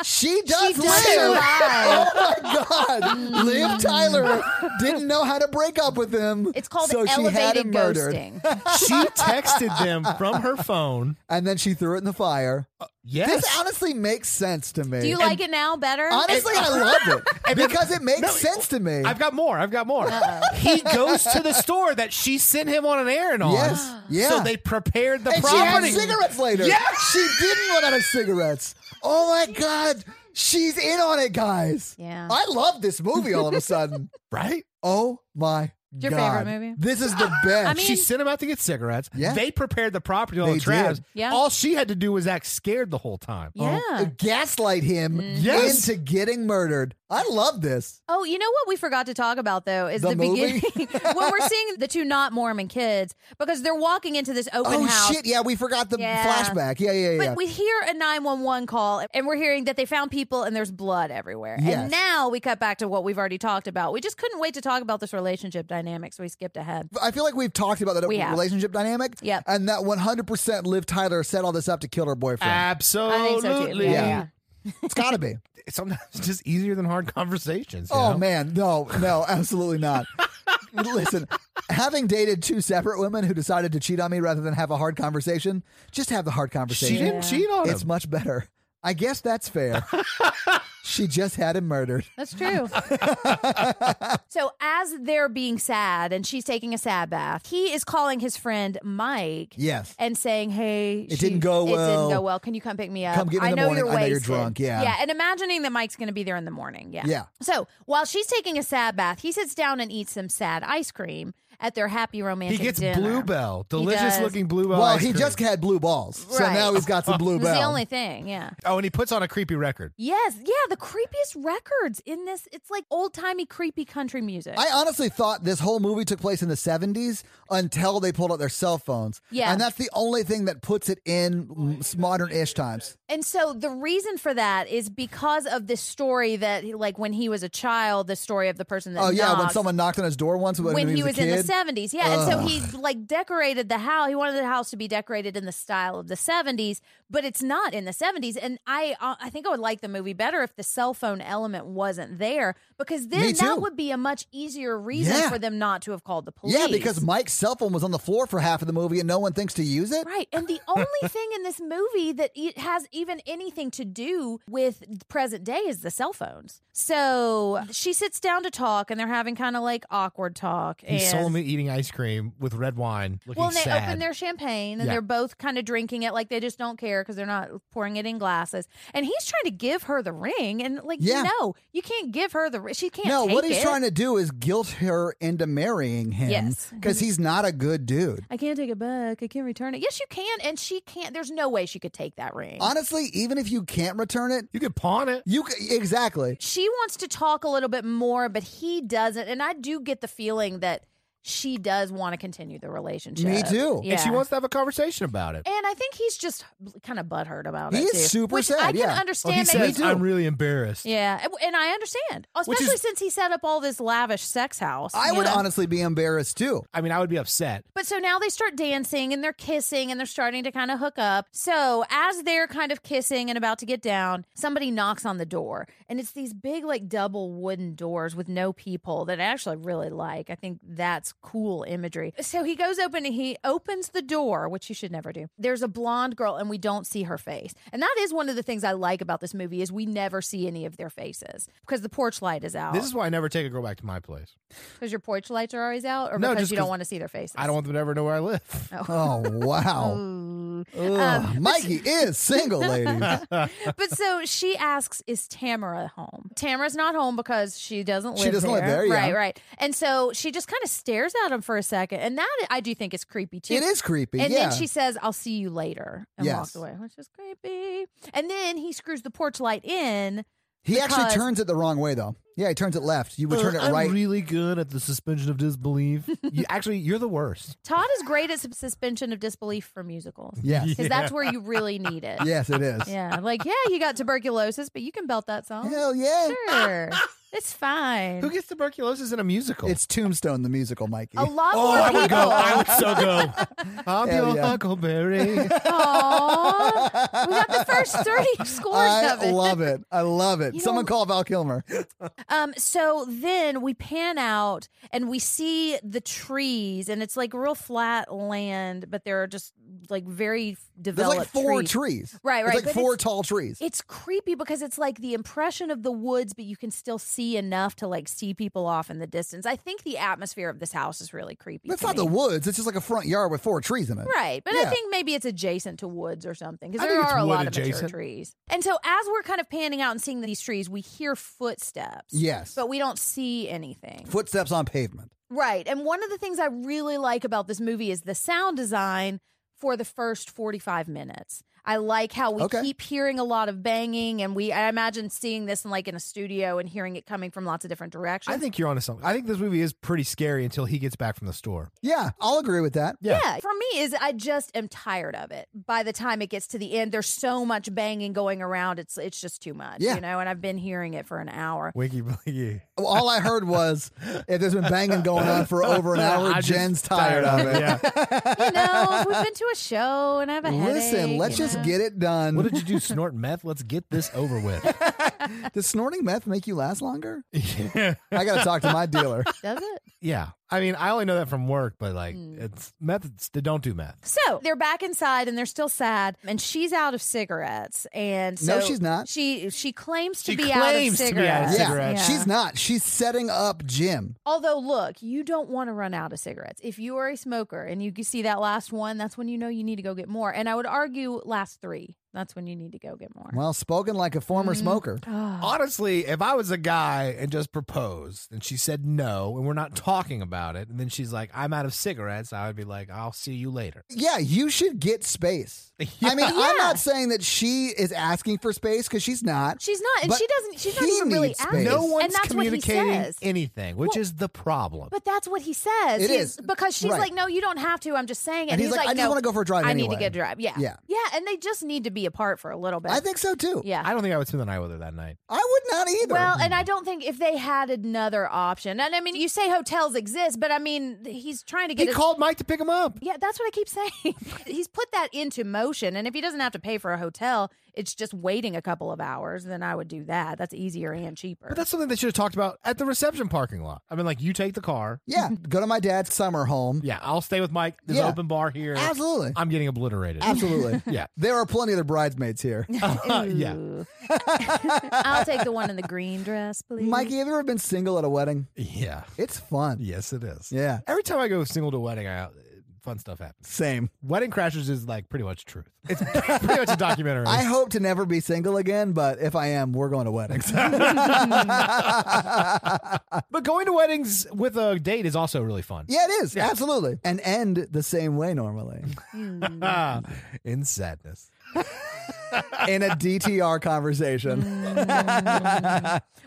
she does
does Mm.
live.
survive.
oh my god, Liv Tyler didn't know how to break up with him.
It's called
so she had
elevated
him murdered,
ghosting.
she texted them from her phone.
and then she threw it in the fire.
Uh, Yes.
This honestly makes sense to me.
Do you like it now better?
Honestly, I love it because it makes sense to me.
I've got more. I've got more. He goes to the store that she sent him on an errand on.
Yes.
So
Yeah.
they prepared the
and she had
property.
cigarettes later.
Yeah.
she didn't run out of cigarettes. Oh my god, she's in on it, guys.
Yeah.
I love this movie. All of a sudden,
Right?
oh my
Your
god,
favorite movie?
This is the best.
I mean-
she sent him out to get cigarettes.
Yeah.
They prepared the property on
They
traps.
did.
Yeah.
All she had to do was act scared the whole time.
yeah. Mm-hmm.
Uh, gaslight him
Yes.
into getting murdered. I love this.
Oh, you know what we forgot to talk about though is
The
the,
movie?
beginning when we're seeing the two not Mormon kids because they're walking into this open
oh
house.
shit! Yeah, we forgot the
Yeah.
flashback. Yeah, yeah,
But
yeah.
we hear a 911 call and we're hearing that they found people and there's blood everywhere.
Yes.
And now we cut back to what we've already talked about. We just couldn't wait to talk about this relationship dynamic, so we skipped ahead.
I feel like we've talked about that
We have.
relationship dynamic.
Yep.
And that 100% Liv Tyler set all this up to kill her boyfriend.
I think
Absolutely.
so too. Yeah. yeah.
it's got to be.
Sometimes it's just easier than hard conversations. you
Oh,
know?
man. No, no, absolutely not. Listen, having dated two separate women who decided to cheat on me rather than have a hard conversation, just have the hard
She
conversation.
didn't cheat on
It's
him.
much better. I guess that's fair. She just had him murdered.
That's true. so as they're being sad and she's taking a sad bath, he is calling his friend Mike
Yes.
and saying, "Hey,
It didn't go
It didn't
well.
go well. Can you come pick me up?
Come get me in
I
the
know
morning.
you're
I know
wasted.
you're drunk. Yeah.
yeah. And imagining that Mike's going to be there in the morning. Yeah,
Yeah.
So while she's taking a sad bath, he sits down and eats some sad ice cream at their happy
He
romantic.
gets
dinner.
bluebell,
does.
delicious looking bluebell.
well,
ice
he
cream.
just had blue balls, so
Right.
now he's got some blue
It was
bells.
the only thing. Yeah.
Oh, and he puts on a creepy record.
Yes, yeah, the creepiest records in this. It's like old timey, creepy country music.
I honestly thought this whole movie took place in the 70s until they pulled out their cell phones.
Yeah.
And that's the only thing that puts it in modern ish times.
And so the reason for that is because of this story that, like, when he was a child, the story of the person that.
Oh, yeah. When
knocks,
someone knocked on his door once when,
when he was, in the
kid.
seventies, yeah, and so he like decorated the house. He wanted the house to be decorated in the style of the seventies, but it's not in the seventies. And I, uh, I think I would like the movie better if the cell phone element wasn't there, because then that
too.
would be a much easier reason
Yeah.
for them not to have called the police.
Yeah, because Mike's cell phone was on the floor for half of the movie and no one thinks to use it.
Right. And the only thing in this movie that it has even anything to do with present day is the cell phones. So she sits down to talk and they're having kind of like awkward talk.
He's
and
sold me eating ice cream with red wine, looking
well, and they
sad.
open their champagne and
Yeah.
they're both kind of drinking it like they just don't care because they're not pouring it in glasses. And he's trying to give her the ring and like
Yeah.
no, you can't give her the ring. She can't.
No,
take
what he's
it.
trying to do is guilt her into marrying him
Yes.
because he's not a good dude.
I can't take it back. I can't return it. Yes, you can, and she can't. There's no way she could take that ring.
Honestly, even if you can't return it,
you could pawn it.
you c- exactly.
she wants to talk a little bit more, but he doesn't. And I do get the feeling that she does want to continue the relationship.
Me too.
Yeah.
And she wants to have a conversation about it.
And I think he's just kind of butthurt about
He
it.
is
too,
super
which
sad,
I can
yeah. Oh, he
Oh, he
understand. that
says,
he-
I'm really embarrassed.
yeah, and- and I understand,
Which
especially
is-
since he set up all this lavish sex house.
I
you
would
know?
honestly be embarrassed too.
I mean, I would be upset.
But so now they start dancing and they're kissing and they're starting to kind of hook up. So as they're kind of kissing and about to get down, somebody knocks on the door. And it's these big, like double wooden doors with no people that I actually really like. I think that's cool imagery. So he goes open and he opens the door, which you should never do. There's a blonde girl and we don't see her face. And that is one of the things I like about this movie is we never see any of their faces because the porch light is out.
This is why I never take a girl back to my place.
because your porch lights are always out or
No,
because
just
you don't
'cause
want to see their faces.
I don't want them to ever know where I live.
Oh
Um,
wow,
Ooh.
Ugh. Mikey is single, ladies.
But so she asks, "Is Tamara home?" Tamara's not home because she doesn't live.
She doesn't
there.
live there, yeah.
Right, right. And so she just kind of stares at him for a second, and that I do think is creepy too.
It is creepy.
And
yeah.
then she says, "I'll see you later," and
Yes.
walks away, which is creepy. And then he screws the porch light in.
he
because-
actually turns it the wrong way though. Yeah, he turns it left. You would turn it
Uh, I'm
right.
really good at the suspension of disbelief. you, actually, you're the worst.
Todd is great at sus- suspension of disbelief for musicals
yes.
because that's where you really need it.
yes, it is.
yeah. Like, yeah, you got tuberculosis, but you can belt that song.
Hell yeah.
Sure, it's fine.
Who gets tuberculosis in a musical?
It's Tombstone the musical, Mikey.
a lot
oh,
more
I would
people.
go. I would so go. I'm
Hell
your
yeah.
Huckleberry.
Aww. We got the first 30 scores
I
of it.
love it. I love it.
You
Someone
know-
call Val Kilmer.
Um, so then we pan out and we see the trees, and it's like real flat land, but there are just like very
There's
developed
like four
trees.
trees.
Right,
There's
right,
like
but
four
it's-
tall trees.
It's creepy because it's like the impression of the woods, but you can still see enough to like see people off in the distance. I think the atmosphere of this house is really creepy.
That's
to
not the
me.
woods. It's just like a front yard with four trees in it.
Right, but I
Yeah.
think maybe it's adjacent to woods or something because
I
there
think it's
are a
wood
lot of mature
adjacent.
trees. And so as we're kind of panning out and seeing these trees, we hear footsteps.
Yes.
but we don't see anything.
Footsteps on pavement.
right, and one of the things I really like about this movie is the sound design for the first forty-five minutes. I like how we
Okay.
keep hearing a lot of banging, and we I imagine seeing this in like in a studio and hearing it coming from lots of different directions.
I think you're onto something. I think this movie is pretty scary until he gets back from the store.
Yeah, I'll agree with that.
Yeah.
Yeah, for me is I just am tired of it. By the time it gets to the end, there's so much banging going around. It's it's just too much,
Yeah.
you know. And I've been hearing it for an hour.
Winky blinky.
All I heard was if there's been banging going on for over an hour,
I'm just
Jen's tired of it.
Yeah.
You know, we've been to a show and I have a headache.
Listen,
you
let's just
know.
get it done.
what did you do? Snort meth? Let's get this over with.
Does snorting meth make you last longer?
yeah.
I got to talk to my dealer.
Does it?
yeah. I mean, I only know that from work, but like,
Hmm.
it's meth. They don't do meth.
So they're back inside and they're still sad, and she's out of cigarettes. And
No,
so
she's not.
She she claims to
She
be
claims
out of
to be out of
cigarettes.
Yeah.
Cigarettes. Yeah.
She's not. She's setting up Jim.
Although, look, you don't want to run out of cigarettes. If you are a smoker and you can see that last one, that's when you know you need to go get more. And I would argue last three. That's when you need to go get more.
Well, spoken like a former
Mm-hmm.
smoker.
Honestly, if I was a guy and just proposed and she said no and we're not talking about it, and then she's like, I'm out of cigarettes, I would be like, I'll see you later.
Yeah, you should get space. I mean, I'm not saying that she is asking for space because she's not.
She's not, and
But
she doesn't. She's not
he
even really
needs
asking.
space.
No one's
and that's
communicating
what he says.
anything, which
Well-
is the problem.
But that's what he says.
It
He's-
is.
because she's
Right.
like, no, you don't have to. I'm just saying. it."
And he's like, I just
no,
wanna go for a drive
I need
anyway."
to get a drive. Yeah,
Yeah.
yeah. And they just need to be apart for a little bit.
I think so too.
Yeah.
I don't think I would spend the night with her that night.
I would not either.
well, uh, and I don't think if they had another option, and I mean, you say hotels exist, but I mean, he's trying to get.
He
his-
called Mike to pick him up.
Yeah, that's what I keep saying. He's put that into motion. And if he doesn't have to pay for a hotel, it's just waiting a couple of hours, then I would do that. That's easier and cheaper.
But that's something they should have talked about at the reception parking lot. I mean, like, you take the car.
yeah, go to my dad's summer home.
Yeah, I'll stay with Mike. There's
Yeah.
an open bar here.
Absolutely.
I'm getting obliterated.
Absolutely.
Yeah.
There are plenty of the bridesmaids here. Uh,
yeah.
Ooh. I'll take the one in the green dress, please.
Mikey, have you ever been single at a wedding?
Yeah.
It's fun.
Yes, it is.
Yeah.
Every time I go single to a wedding, I, uh, fun stuff happens.
Same.
Wedding Crashers is like pretty much truth. It's pretty much a documentary.
I hope to never be single again, but if I am, we're going to weddings.
but going to weddings with a date is also really fun.
Yeah, it is. Absolutely. And end the same way normally
Ah, in sadness.
in a DTR
Mm.
conversation.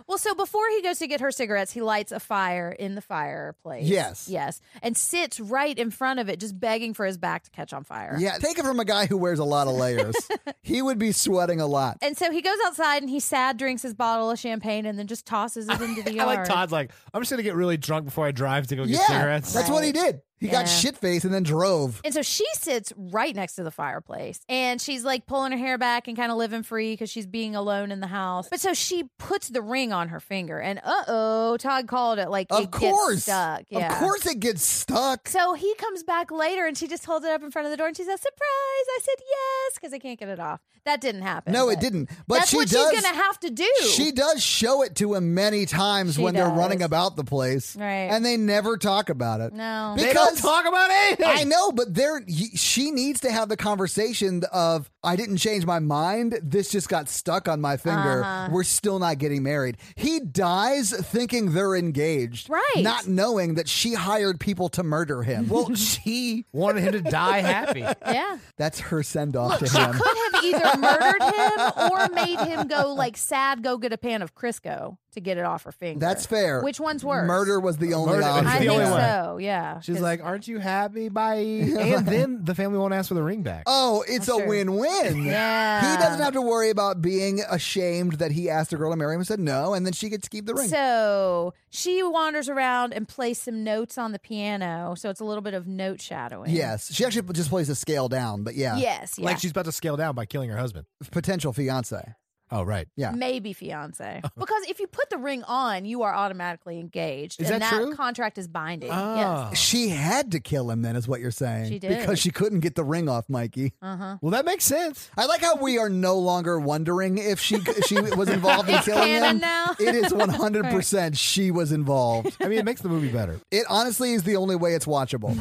Well, so before he goes to get her cigarettes, he lights a fire in the fireplace.
Yes.
Yes. And sits right in front of it, just begging for his back to catch on fire.
Yeah, take it from a guy who wears a lot of layers. he would be sweating a lot.
And so he goes outside and he sad drinks his bottle of champagne and then just tosses it into the
I
yard.
like Todd's like, I'm just going to get really drunk before I drive to go get
yeah,
cigarettes.
that's what he did. He got
Yeah.
shit faced and then drove.
And so she sits right next to the fireplace and she's like pulling her hair back and kind of living free because she's being alone in the house. But so she puts the ring on her finger and uh oh, Todd called it like
Of
it
course.
gets stuck. Yeah.
Of course it gets stuck.
So he comes back later and she just holds it up in front of the door and she says, Surprise. I said yes because I can't get it off. That didn't happen.
No, it
but
didn't. But
that's
she
what
does
she's going to have to do.
She does show it to him many times
She
when they're
does.
running about the place.
Right.
And they never talk about it.
No.
Because
They don't talk about anything.
I know, but there y- she needs to have the conversation of I didn't change my mind. This just got stuck on my finger.
Uh-huh.
We're still not getting married. He dies thinking they're engaged.
Right.
Not knowing that she hired people to murder him.
Well, she wanted him to die happy.
yeah.
That's her send off to
She
him.
could have either murdered him or made him go like sad, go get a pan of Crisco to get it off her finger.
That's fair.
Which one's worse?
Murder was the only
Murder was
option.
I
the
think
only one.
so. Yeah.
She's
'Cause-
like, Aren't you happy? Bye. And then the family won't ask for the ring back.
Oh, it's
That's
a
true.
win win.
Yeah.
He doesn't have to worry about being ashamed that he asked a girl to marry him and said no, and then she gets to keep the ring.
So she wanders around and plays some notes on the piano. So it's a little bit of note shadowing.
yes. She actually just plays a scale down, but yeah.
Yes. Yeah.
Like she's about to scale down by killing her husband.
Potential fiance.
Oh, right.
Yeah.
Maybe fiance. Because if you put the ring on, you are automatically engaged.
Is
and
that true?
contract is binding.
Ah.
Yes.
She had to kill him then, is what you're saying.
She did. Uh-huh.
Because she couldn't get the ring off Mikey.
Well, that makes sense.
I like how we are no longer wondering if she she was involved in
It's
killing
canon
him.
now.
It is 100% she was involved.
I mean, it makes the movie better.
It honestly is the only way it's watchable.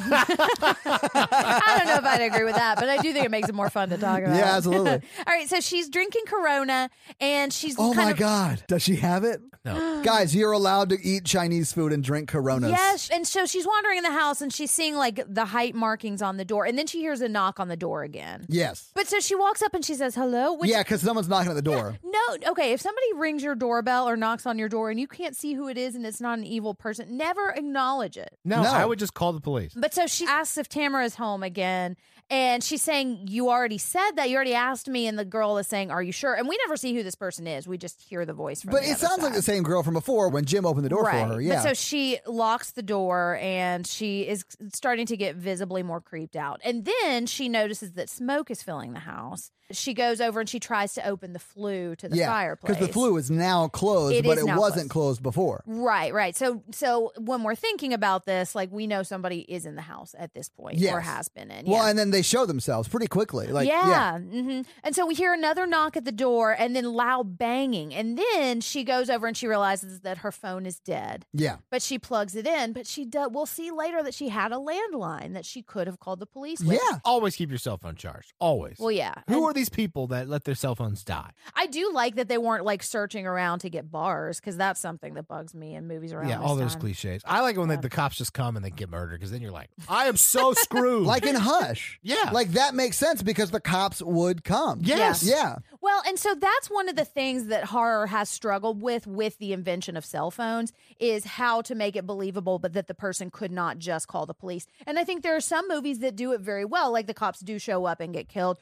I don't know if I'd agree with that, but I do think it makes it more fun to talk about.
Yeah, absolutely.
All right. So she's drinking Corona and she's
Oh
kind
my
of
God. Does she have it?
No.
Guys, you're allowed to eat Chinese food and drink coronas.
Yes, and so she's wandering in the house and she's seeing like the height markings on the door, and then she hears a knock on the door again.
Yes.
But so she walks up and she says hello. Which
yeah, because someone's knocking at the door.
No, okay. If somebody rings your doorbell or knocks on your door and you can't see who it is and it's not an evil person, never acknowledge it.
No,
No.
I would just call the police.
But so she asks if Tamara's home again. And she's saying, You already said that. You already asked me. And the girl is saying, Are you sure? And we never see who this person is. We just hear the voice from
But
the
it
other
sounds like
side.
the same girl from before when Jim opened the door
right.
for her. Yeah.
But so she locks the door and she is starting to get visibly more creeped out. And then she notices that smoke is filling the house. She goes over and she tries to open the flue to the
yeah.
fireplace.
the flu is now closed,
It
but
is
it
now Mm,
wasn't closed before.
Right, right. So so when we're thinking about this, like we know somebody is in the house at this point or
Yes.
has been in.
Well,
yeah.
and then they show themselves pretty quickly. Like,
yeah.
yeah.
hmm And so we hear another knock at the door and then loud banging. And then she goes over and she realizes that her phone is dead,
Yeah.
but she plugs it in. But she do- we'll see later that she had a landline that she could have called the police with.
Yeah.
Always keep your cell phone charged. Always.
Well, yeah.
Who
And
are these people that let their cell phones die?
I do like that they weren't like searching around to get bars because that's something that bugs me in movies around.
Yeah,
this
all those
time.
cliches. I like it when they,
Yeah.
the cops just come and they get murdered because then you're like, I am so screwed.
Like in Hush.
yeah,
Like that makes sense because the cops would come.
Yes.
Yeah.
Well, and so that's one of the things that horror has struggled with with the invention of cell phones is how to make it believable but that the person could not just call the police. And I think there are some movies that do it very well like the cops do show up and get killed.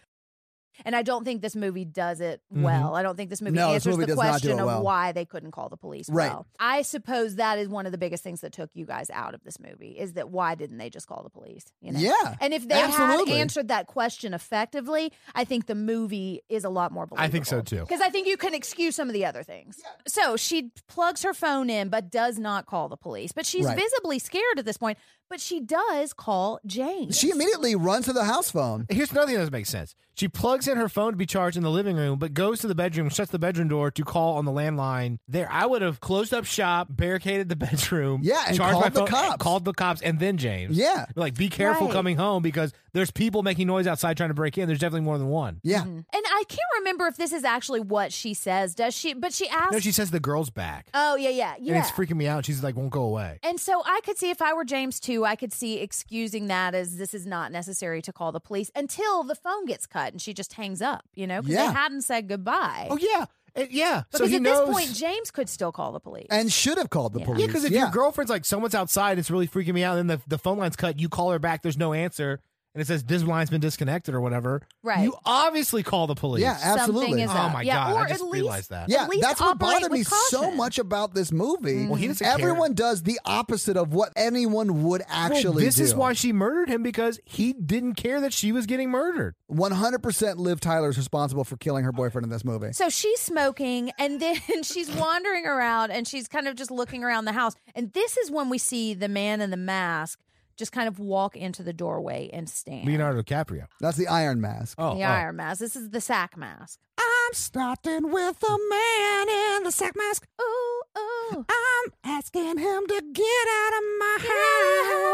And I don't think this movie does it well. I don't think this movie
Mm-hmm. No, this
answers
movie
the
does not do
question
it
of
well.
why they couldn't call the police
Right.
well. I suppose that is one of the biggest things that took you guys out of this movie is that why didn't they just call the police? You know?
Yeah.
And if they
Absolutely.
had answered that question effectively, I think the movie is a lot more believable.
I think so, too.
Because I think you can excuse some of the other things. So she plugs her phone in, but does not call the police. But she's
Right.
visibly scared at this point, but she does call James.
She immediately runs to the house phone.
Here's another thing that doesn't make sense. She plugs in her phone to be charged in the living room, but goes to the bedroom, shuts the bedroom door to call on the landline. There, I would have closed up shop, barricaded the bedroom,
Yeah, and
charged
called
my
the
phone,
cops.
and called the cops, and then James.
Yeah.
like be careful
Right.
coming home because there's people making noise outside trying to break in. There's definitely more than one.
Yeah.
And I can't remember if this is actually what she says. Does she? But she asks.
No, she says the girl's back,
oh, yeah, yeah, yeah.
and it's freaking me out. She's like, won't go away.
And so I could see if I were James too, I could see excusing that as this is not necessary to call the police until the phone gets cut and she just hangs up, you know, because
Yeah.
they hadn't said goodbye.
Oh yeah, And- yeah. so
because
he
at
knows.
this point, James could still call the police.
And should have called the police.
yeah, because if your girlfriend's like someone's outside, it's really freaking me out. And then the, the phone line's cut. You call her back. There's no answer, and it says this line's been disconnected or whatever.
Right.
You obviously call the police.
Yeah,
Something
absolutely.
is
Oh
up.
my
yeah,
God,
Or
I just
at least,
realized that.
Yeah,
at least
that's what
operate
bothered me
with
so
caution.
much about this
Mm-hmm.
movie.
Well, he doesn't care.
Everyone does the opposite of what anyone would
Well,
actually
this is
do.
why she murdered him because he didn't care that she was getting murdered.
100% Liv Tyler's responsible for killing her boyfriend in this movie.
So she's smoking and then she's wandering around and she's kind of just looking around the house. And this is when we see the man in the mask just kind of walk into the doorway and stand.
Leonardo DiCaprio.
That's the Iron Mask.
Oh,
the iron mask. This is the sack mask.
I'm starting with a man in the sack mask.
Ooh, ooh.
I'm asking him to get out of my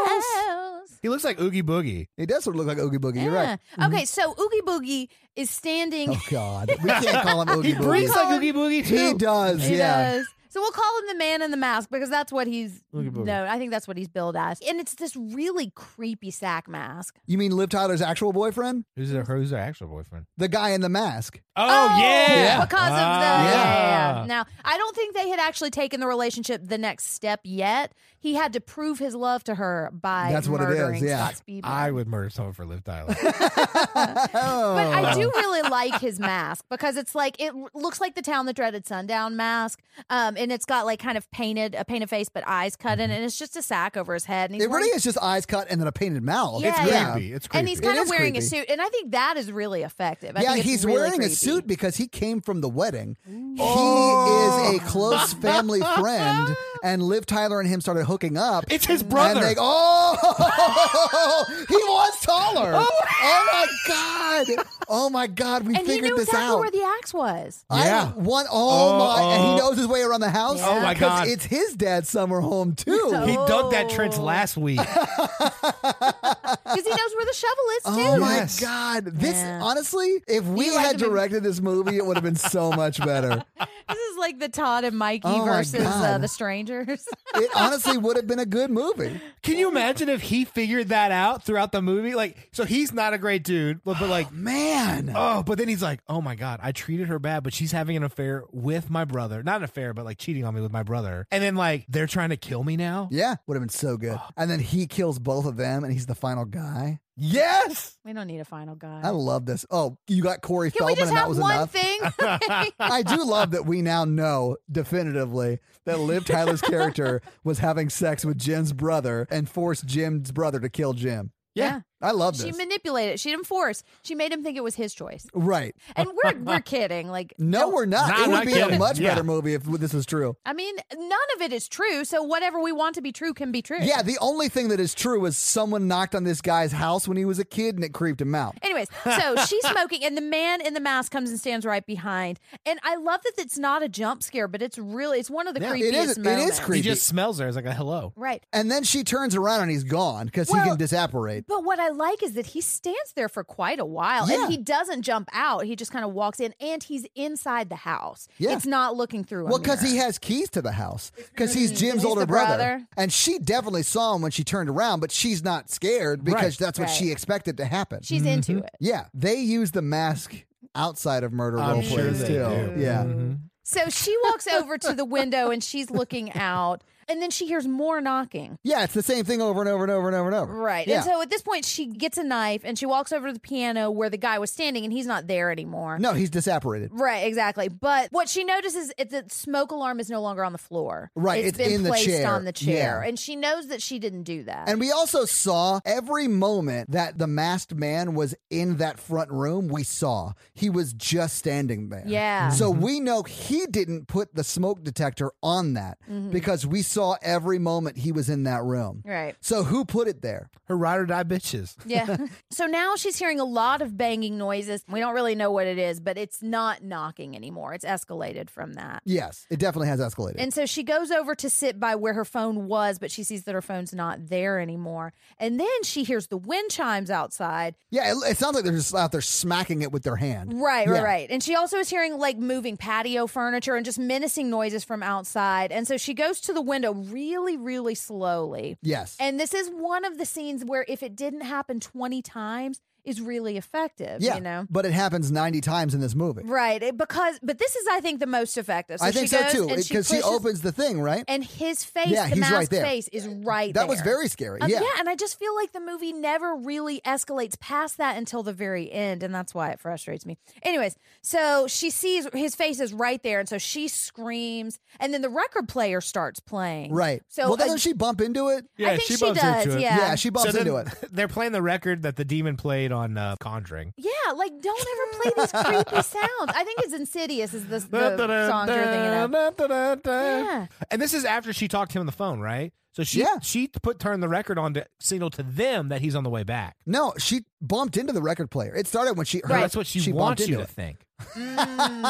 Yes.
he looks like Oogie Boogie.
He does sort of look like Oogie Boogie. You're
Yeah.
right. Mm-hmm.
Okay, so Oogie Boogie is standing.
Oh God, we can't call him Oogie
He breathes
Boogie.
like Oogie Boogie too.
He does.
He
yeah.
does. So we'll call him the man in the mask because that's what he's
Oogie Boogie.
known. I think that's what he's billed as. And it's this really creepy sack mask.
You mean Liv Tyler's actual boyfriend?
Who's her, who's her actual boyfriend?
The guy in the mask.
Oh,
Because of the yeah.
Ah.
yeah, yeah. Now, I don't think they had actually taken the relationship the next step yet. He had to prove his love to her by
That's what it is,
murdering
yeah.
Scott Speedman.
I would murder someone for Liv Tyler.
but I do really like his mask because it's like it r- looks like the town that dreaded sundown mask, um, and it's got like kind of painted a painted face but eyes cut in, and it's just a sack over his head. And he's
Mm-hmm. It really
wearing-
is just eyes cut and then a painted mouth.
Yeah,
creepy.
yeah.
It's creepy.
And he's
It
kind of
is
wearing a
creepy.
suit, and I think that is really effective. I
Yeah,
think it's
he's
really
wearing
creepy.
a suit because he came from the wedding. He
Oh.
is a close family friend, and Liv Tyler and him started hooking up.
It's his brother.
And they, oh, he was taller. Oh, my god. Oh my god, we
and he
figured
knew
this
exactly
out.
where the axe was.
I
Yeah.
want oh
Oh,
my, and he
oh.
knows his way around the house.
Oh, my
'cause
God.
it's his dad's summer home too.
No.
He dug that trench
Oh.
last week.
Because he knows where the shovel is too.
Oh my
Yes.
god! This
Yeah.
honestly, if we
You like
had
him in-
directed this movie, it would have been so much better.
This is like the Todd and Mikey
Oh my
versus uh,
God.
the strangers.
It honestly would have been a good movie.
Can you imagine if he figured that out throughout the movie? Like, so he's not a great dude, but, but like,
Man.
oh, but then he's like, oh my God, I treated her bad, but she's having an affair with my brother. Not an affair, but like cheating on me with my brother. And then, like, they're trying to kill me now?
Yeah, would have been so good.
Oh.
And then he kills both of them and he's the final guy.
Yes.
we don't need a final guy.
I love this. Oh, you got Corey
Can we
Feldman
just
and that
have
was
one
enough.
thing?
I do love that we now know definitively that Liv Tyler's character was having sex with Jim's brother and forced Jim's brother to kill Jim.
Yeah.
I love
She
this.
manipulated. She didn't force. She made him think it was his choice.
right.
And we're we're kidding. Like
No, we're not.
Nah,
it would
not
be a
kidding.
much
Yeah.
better movie if this was true.
I mean, none of it is true. So whatever we want to be true can be true.
Yeah, the only thing that is true is someone knocked on this guy's house when he was a kid and it creeped him out.
Anyways, so she's smoking, and the man in the mask comes and stands right behind. And I love that it's not a jump scare, but it's really it's one of the
Yeah,
creepiest
it is- it is
moments.
creepy.
He just smells her. It's like a hello.
Right.
And then she turns around and he's gone because he
Well-
can disapparate.
But what I like is that he stands there for quite a while
Yeah.
and he doesn't jump out. He just kind of walks in and he's inside the house.
Yeah.
It's not looking through
Well,
a
because he
mirror.
has keys to the house because he's Jim's
He's
older
the
brother.
brother.
and she definitely saw him when she turned around, but she's not scared because
Right.
that's what
Right.
she expected to happen.
She's into it.
yeah, they use the mask outside of murder
I'm
role
sure
plays
they
too.
do. Mm-hmm.
Yeah,
So she walks over to the window and she's looking out, and then she hears more knocking.
yeah, it's the same thing over and over and over and over and over.
Right.
Yeah.
And so at this point, she gets a knife and she walks over to the piano where the guy was standing, and he's not there anymore.
no, he's disapparated.
Right, exactly. But what she notices is that smoke alarm is no longer on the floor.
Right, it's
it's been
in the
placed
chair.
on the chair,
Yeah.
and she knows that she didn't do that.
And we also saw every moment that the masked man was in that front room, we saw he was just standing there.
Yeah.
So
Mm-hmm.
we know he didn't put the smoke detector on that because we saw every moment he was in that room.
Mm-hmm. right.
So who put it there?
Her ride or die bitches.
Yeah. so now she's hearing a lot of banging noises. We don't really know what it is, but it's not knocking anymore. It's escalated from that.
Yes, it definitely has escalated.
And so she goes over to sit by where her phone was, but she sees that her phone's not there anymore. And then she hears the wind chimes outside.
yeah, it, it sounds like they're just out there smacking it with their hand.
Right,
Yeah.
right, right. And she also is hearing like moving patio furniture and just menacing noises from outside. And so she goes to the window really, really slowly.
Yes.
And this is one of the scenes where if it didn't happen 20 times is really effective,
yeah,
you know.
but it happens 90 times in this movie.
Right, it- because but this is I think the most effective. So
I think
she
so
goes
too,
and she,
because she,
pushes-
opens the thing, right?
and his face,
Yeah,
the
he's right
masked
there.
face, is right.
that was
there.
very scary.
Um,
yeah.
and I just feel like the movie never really escalates past that until the very end, and that's why it frustrates me. Anyways, so she sees his face is right there, and so she screams, and then the record player starts playing.
Right.
So
well,
a-
doesn't she bump into it?
I think she, does. Yeah.
Yeah, she bumps
so then
into it.
They're playing the record that the demon played on uh, Conjuring.
Yeah, like don't ever play these creepy sounds. I think it's Insidious is the, the song you're thinking of. Yeah.
And this is after she talked to him on the phone, right? So she
Yeah.
she put turned the record on to signal to them that he's on the way back.
No, she bumped into the record player. It started when she. her-
No, That's what she,
she bumped
wants you
into it.
to think.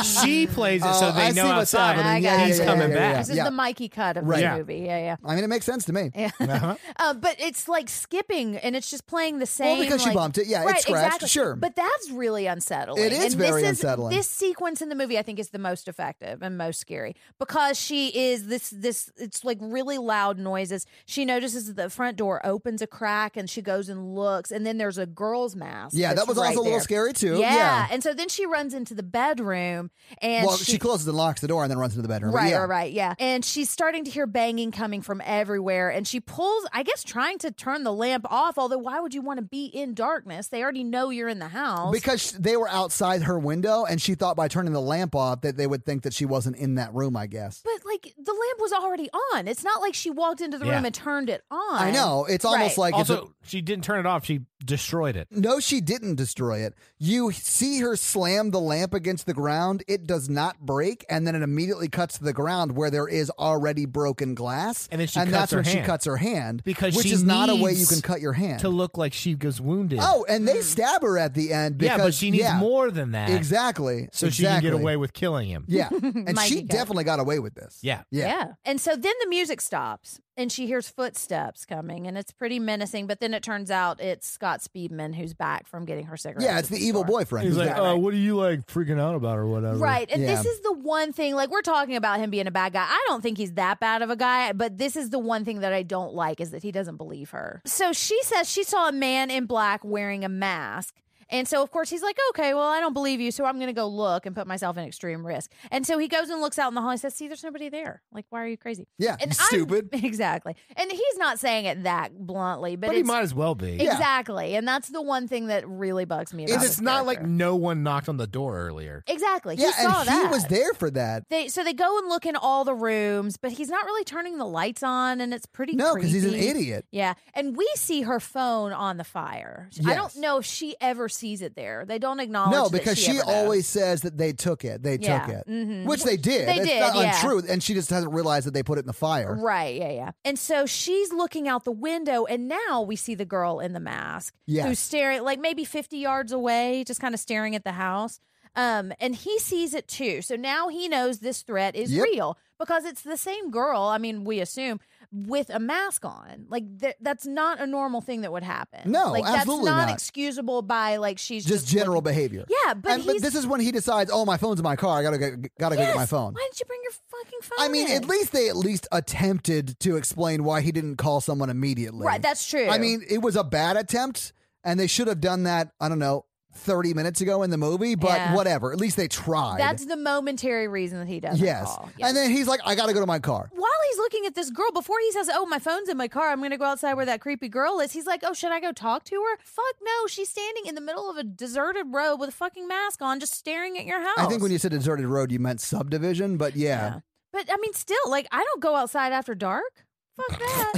she plays it so
Oh,
they
I
know
see what's
outside
happening.
Mm. I got
he's
it.
coming
yeah,
back.
yeah.
This is the Mikey cut of
Right.
the
Yeah.
movie. Yeah, yeah.
I mean, it makes sense to me.
Yeah.
Uh-huh.
Uh, but it's like skipping and it's just playing the same.
Well, because she
like-
bumped it. Yeah, it
right,
scratched,
Exactly.
sure.
But that's really unsettling.
It is
and
very
this
unsettling.
Is, this sequence in the movie, I think, is the most effective and most scary because she is this, this, it's like really loud noises. She notices that the front door opens a crack and she goes and looks. And then there's a girl's mask.
Yeah, that
that's
was
right
also a little
there.
scary too.
Yeah. And so then she runs into the bedroom and
well, she, closes and locks the door and then runs into the bedroom. but
Right,
yeah.
right, right, yeah. And she's starting to hear banging coming from everywhere. And she pulls, I guess, trying to turn the lamp off. Although, why would you want to be in darkness? They already know you're in the house.
Because they were outside her window, and she thought by turning the lamp off that they would think that she wasn't in that room. I guess.
but, like, the lamp was already on. It's not like she walked into the
Yeah.
room and turned it on.
I know it's almost
Right.
like it's a-
also, she didn't turn it off. She destroyed it.
no, she didn't destroy it. You see her slam the lamp against the ground. It does not break, and then it immediately cuts to the ground where there is already broken glass.
And then she
and
cuts
that's
her
when she
hand.
cuts her hand
Because
which
she
is not a way you
needs
can cut your hand
To look like she goes wounded.
Oh, and
Hmm.
they stab her at the end. Because,
yeah, but she needs
yeah,
more than that.
Exactly.
So
exactly.
she can get away with killing him.
Yeah, and
Mikey
she
got it.
definitely got away with this.
Yeah.
Yeah.
And so then the music stops and she hears footsteps coming and it's pretty menacing. But then it turns out it's Scott Speedman who's back from getting her cigarettes.
Yeah,
at
it's the evil
store.
boyfriend.
He's
who's
like,
back.
uh, what are you like freaking out about or whatever?
Right. And this
Yeah.
is the one thing, like, we're talking about him being a bad guy. I don't think he's that bad of a guy, but this is the one thing that I don't like is that he doesn't believe her. So she says she saw a man in black wearing a mask. And so, of course, he's like, okay, well, I don't believe you. So I'm going to go look and put myself in extreme risk. And so he goes and looks out in the hall and says, see, there's nobody there. Like, why are you crazy?
yeah,
And I'm-
stupid.
exactly. And he's not saying it that bluntly, but,
But he
it's.
might as well be.
Yeah.
Exactly. And that's the one thing that really bugs me about
And
this
it's not like
character.
no one knocked on the door earlier.
Exactly.
yeah,
he saw
and
that.
he was there for that.
They so they go and look in all the rooms, but he's not really turning the lights on, and it's pretty.
No, because he's an
creepy.
idiot.
Yeah, and we see her phone on the fire. I
Yes.
don't know if she ever sees it there. They don't acknowledge.
No,
that
because
she,
she,
ever
always says that they took it. They
Yeah,
took it.
mhm.
Which they did.
They
it's
did,
not
yeah.
untrue. And she just hasn't realized that they put it in the fire.
knows. Right, yeah, yeah. And so she's looking out the window, and now we see the girl in the mask
Yes.
who's staring, like maybe 50 yards away, just kind of staring at the house. Um, and he sees it too. So now he knows this threat is
Yep.
real because it's the same girl, I mean, we assume, with a mask on. Like, th- that's not a normal thing that would happen.
No,
like,
absolutely
That's not,
not.
excusable by, like, she's
Just
just,
general
looking-
behavior.
Yeah, but,
and,
he's,
but this is when he decides, oh, my phone's in my car. I gotta go, gotta go get my
Yes,
phone.
Why didn't you bring your fucking phone?
I mean,
in?
at least they at least attempted to explain why he didn't call someone immediately.
Right, that's true.
I mean, it was a bad attempt, and they should have done that. I don't know, thirty minutes ago in the movie, but
Yeah.
whatever. At least they tried.
That's the momentary reason that he doesn't
yes.
call.
And then he's like, I gotta go to my car.
while he's looking at this girl, before he says, "Oh, my phone's in my car. I'm going to go outside where that creepy girl is," he's like, "Oh, should I go talk to her?" Fuck no. She's standing in the middle of a deserted road with a fucking mask on, just staring at your house.
I think when you said deserted road, you meant subdivision, but yeah.
but I mean, still, like, I don't go outside after dark. Fuck that.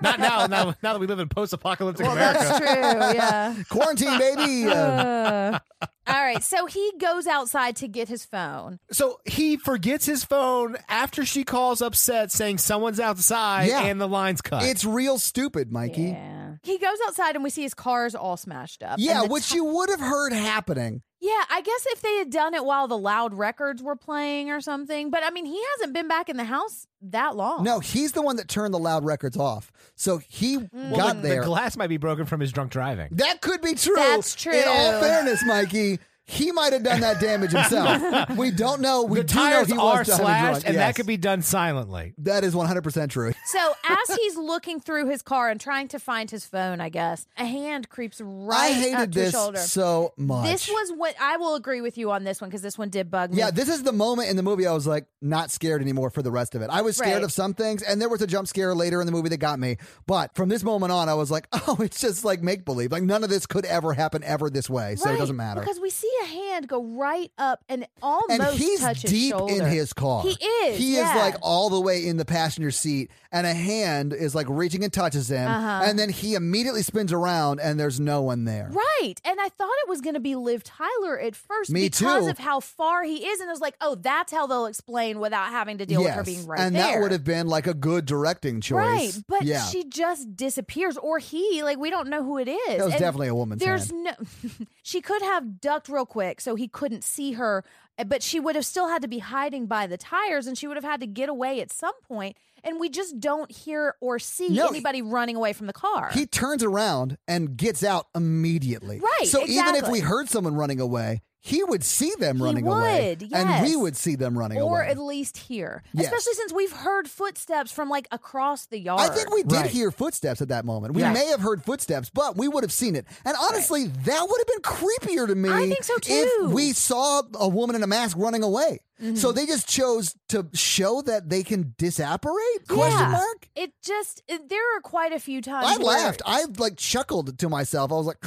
not now, now. Now that we live in post-apocalyptic
well,
America.
that's true. Yeah.
Quarantine, baby. Uh,
Uh, all right. So he goes outside to get his phone.
So he forgets his phone after she calls upset, saying someone's outside,
Yeah.
and the line's cut.
it's real stupid, Mikey. Yeah,
Yeah. He goes outside and we see his car's all smashed up. And the
which you would have heard happening.
Yeah, I guess if they had done it while the loud records were playing or something. But I mean, he hasn't been back in the house that long.
No, he's the one that turned the loud records off. So he
Mm.
Well,
got
the,
there.
The glass might be broken from his drunk driving.
That could be true.
That's true.
In all fairness, Mikey, he might have done that damage himself. we don't know. We
the
do
tires
know he
are
was driving
slashed,
drunk.
and
Yes.
that could be done silently.
That is 100% true.
So as he's looking through his car and trying to find his phone, I guess a hand creeps right
I
up
hated
to
this
his shoulder.
so much.
this was what I will agree with you on this one because this one did bug me.
Yeah, this is the moment in the movie I was like not scared anymore for the rest of it. I was scared
Right.
of some things, and there was a jump scare later in the movie that got me. But from this moment on, I was like, oh, it's just like make believe. Like none of this could ever happen ever this way, so
right,
it doesn't matter.
because we see a hand go right up and almost
and he's
touch his
deep
shoulder.
in his car.
He is,
He
yeah.
is like all the way in the passenger seat, and a hand is like reaching and touches him, and then he immediately spins around, and there's no one there.
Uh-huh. Right. And I thought it was going to be Liv Tyler at first
Me
because
too.
of how far he is. And I was like, oh, that's how they'll explain without having to deal with her being right
and
there.
that would have been like a good directing choice.
Right, but
yeah.
she just disappears, or he, like we don't know who it is.
That was
And
definitely a woman's
There's no, she could have ducked real quick, so he couldn't see her, but she would have still had to be hiding by the tires, and she would have had to get away at some point, And we just don't hear or see
No, he-
anybody running away from the car.
He turns around and gets out immediately.
Right,
So even if
exactly.
we heard someone running away, he would see them
He
running away.
would,
And we
yes.
would see them running
or
away.
at least hear,
Yes.
especially since we've heard footsteps from like across the yard.
I think we did
Right.
hear footsteps at that moment. We
Yeah.
may have heard footsteps, but we would have seen it. And honestly, that would have been creepier to me.
I think so, too. Mm-hmm.
If we saw a woman in a mask running away. So they just chose to show that they can disapparate? Question
Yeah.
mark?
It just it- there are quite a few times
I
where
laughed. I like chuckled to myself. I was like,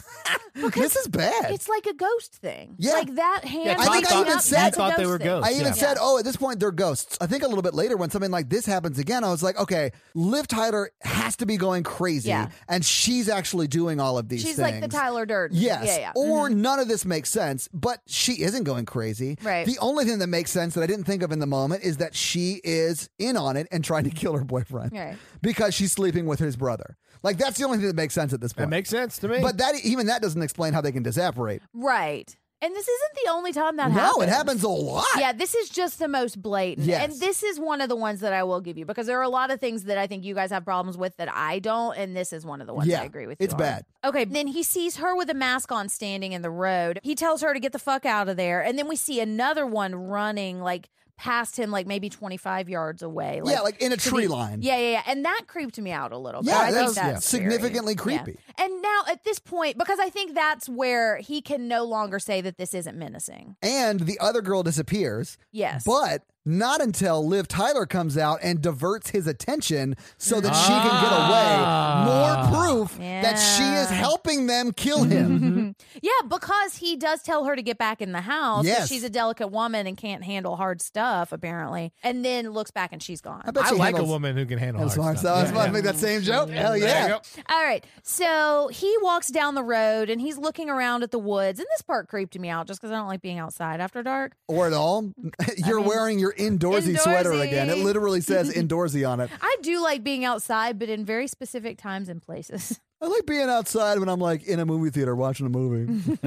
this is bad.
It's like a ghost thing.
Yeah.
like that hand.
Yeah, I
think I
reaching
even
out,
said-
that's a
You thought they
ghost
were
thing.
ghosts,
I even
Yeah.
said, "Oh, at this point they're ghosts." I think a little bit later when something like this happens again, I was like, "Okay, Liv Tyler has to be going crazy,
Yeah.
and she's actually doing all of these
She's
things."
like the Tyler Durden.
Yes,
Yeah, Mm-hmm. yeah.
or none of this makes sense, but she isn't going crazy.
Right.
The only thing that makes sense that I didn't think of in the moment is that she is in on it and trying to kill her boyfriend
Right.
because she's sleeping with his brother. Like that's the only thing that makes sense at this
That
point.
makes sense to me.
but that even that doesn't explain how they can disapparate.
Right. And this isn't the only time that
no,
happens.
it happens a lot.
Yeah, this is just the most blatant.
Yes.
And this is one of the ones that I will give you because there are a lot of things that I think you guys have problems with that I don't. And this is one of the ones
Yeah,
I agree with you
it's
on.
bad.
Okay, then he sees her with a mask on standing in the road. He tells her to get the fuck out of there. And then we see another one running like past him, like maybe 25 yards away.
yeah, like in a
to
tree
be-
line.
Yeah, yeah, yeah. And that creeped me out a little bit.
Yeah,
I
that's
think that's scary.
significantly
Yeah.
creepy.
And now at this point, because I think that's where he can no longer say that this isn't menacing.
And the other girl disappears.
Yes.
But not until Liv Tyler comes out and diverts his attention so that she
Ah. Mm-hmm.
can get away. More proof that she is
Yeah.
helping them kill him.
Yeah, because he does tell her to get back in the house. 'cause
Yes.
She's a delicate woman and can't handle hard stuff, apparently. And then looks back and she's gone.
bet
I
she
like a
handles-
woman who can handle
That's why I
hard
was
stuff.
about to make that same joke. Hell
Mm-hmm. There
yeah.
you go.
All right. So he walks down the road and he's looking around at the woods. And this part creeped me out just because I don't like being outside after dark.
Or at all. You're wearing your indoorsy, sweater
Indoorsy.
again. It literally says indoorsy on it.
I do like being outside, but in very specific times and places.
I like being outside when I'm like in a movie theater watching a movie.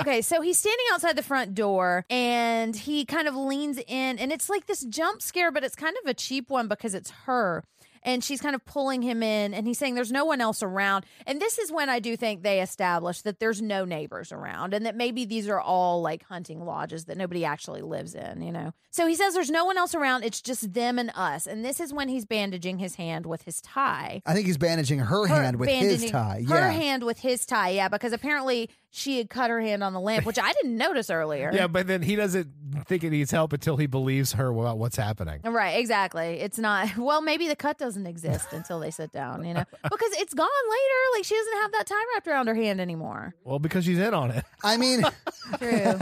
okay. So he's standing outside the front door and he kind of leans in. And it's like this jump scare, but it's kind of a cheap one because it's her. And she's kind of pulling him in, and he's saying, There's no one else around. And this is when I do think they establish that there's no neighbors around and that maybe these are all like hunting lodges that nobody actually lives in, you know? So he says, There's no one else around. It's just them and us. And this is when he's bandaging his hand with his tie
I think he's bandaging her,
her
hand with his
bandaging
tie.
Her
yeah.
hand with his tie, yeah, because apparently she had cut her hand on the lamp, which I didn't notice earlier.
Yeah, but then he doesn't think it needs help until he believes her about what's happening.
Right, exactly. It's not well, maybe the cut doesn't exist until they sit down, you know. Because it's gone later. Like she doesn't have that tie wrapped around her hand anymore.
Well, because she's in on it.
I mean,
True.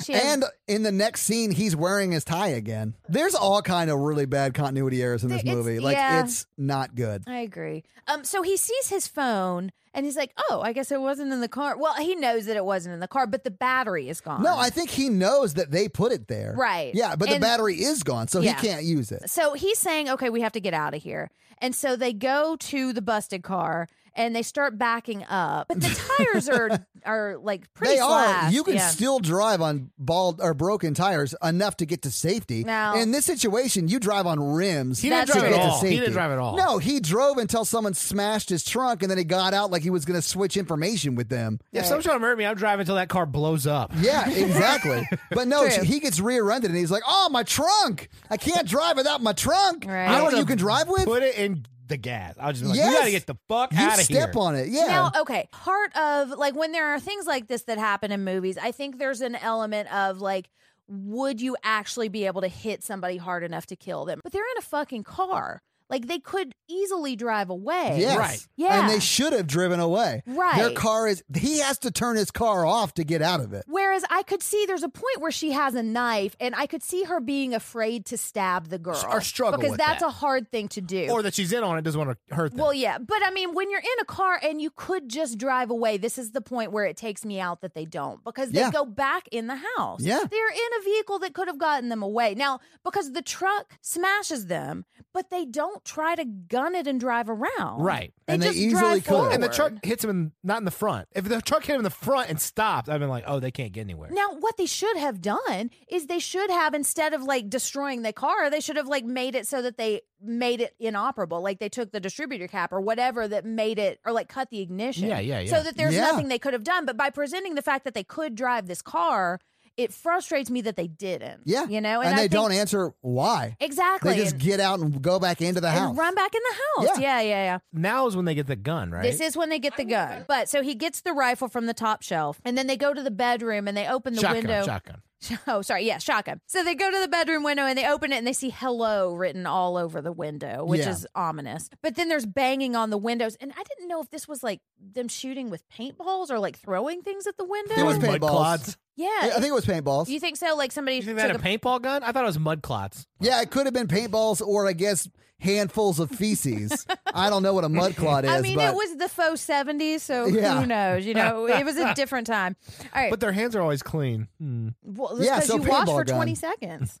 she has
and in the next scene, he's wearing his tie again. There's all kind of really bad continuity errors in this
It's-
movie. Like,
yeah.
it's not good.
I agree. Um, so he sees his phone and he's like, Oh, I guess it wasn't in the car. Well, he knows that it wasn't in the car, but the battery is gone.
No, I think he knows that they put it there.
Right.
Yeah, but the
And-
battery is gone, so
Yeah.
he can't use it.
So he's saying, okay, we have to get out of here. And so they go to the busted car and they start backing up. But the tires are are like pretty
they are.
slashed.
You can
Yeah.
still drive on bald or broken tires enough to get to safety.
No.
In this situation, you drive on rims.
He
didn't
to
drive
get
at
to
all. He
safety.
didn't drive at all.
No, he drove until someone smashed his trunk, and then he got out like he was going to switch information with them.
If someone's trying to murder me, I'm driving until that car blows up.
Yeah, exactly. but no,
True.
he gets rear-ended, and he's like, "Oh, my trunk! I can't drive without my trunk.
Right.
You know what
would've
you can drive with?
Put it in the gas. I was just like,
Yes.
you gotta get the fuck
you
out of here.
step on it. Yeah.
Now, okay, part of like when there are things like this that happen in movies, I think there's an element of like, would you actually be able to hit somebody hard enough to kill them? But they're in a fucking car. Like they could easily drive away.
Yes.
Right.
Yeah.
And they should have driven away. Their
Right.
car is, he has to turn his car off to get out of it.
Whereas I could see there's a point where she has a knife, and I could see her being afraid to stab the girl
or struggle
because
with
that's
that.
a hard thing to do.
Or that she's in on it doesn't want to hurt them.
well, yeah, but I mean, when you're in a car and you could just drive away, this is the point where it takes me out that they don't because they
Yeah.
go back in the house.
Yeah.
they're in a vehicle that could have gotten them away now because the truck smashes them, but they don't try to gun it and drive around.
Right.
they
And they
just
easily
drive
could.
forward.
and the truck hits him in, not in the front. If the truck hit him in the front and stopped, I've been like, oh, they can't get anywhere.
Now, what they should have done is they should have instead of like destroying the car, they should have like made it so that they made it inoperable. Like they took the distributor cap or whatever that made it, or like cut the ignition.
Yeah, yeah, yeah.
So that there's
Yeah.
nothing they could have done. But by presenting the fact that they could drive this car, it frustrates me that they didn't.
Yeah.
you know,
and,
I
they
think-
don't answer why.
exactly.
They just
and,
get out and go back into the
and
house.
run back in the house. Yeah, yeah, yeah.
Now is when they get the gun, right?
This is when they get the gun. But so he gets the rifle from the top shelf, and then they go to the bedroom and they open the
shotgun,
window.
shotgun.
Oh, sorry. Yeah, shotgun. So they go to the bedroom window and they open it and they see hello written all over the window, which
Yeah.
is ominous. But then there's banging on the windows. And I didn't know if this was like them shooting with paintballs or like throwing things at the window.
It was
Mud
paintballs.
clods.
yeah.
I I think it was paintballs.
you think so? Like somebody
You think
took
they
a,
had a paintball gun? I thought it was mud clots.
yeah, it could have been paintballs or I guess handfuls of feces. I don't know what a mud clod is,
I mean,
but
it was the faux 70s, so
Yeah.
who knows? You know, it was a different time. All right.
But their hands are always clean. Hmm.
Well,
Yeah,
because
so
you watched
paintball
for
gun.
20 seconds.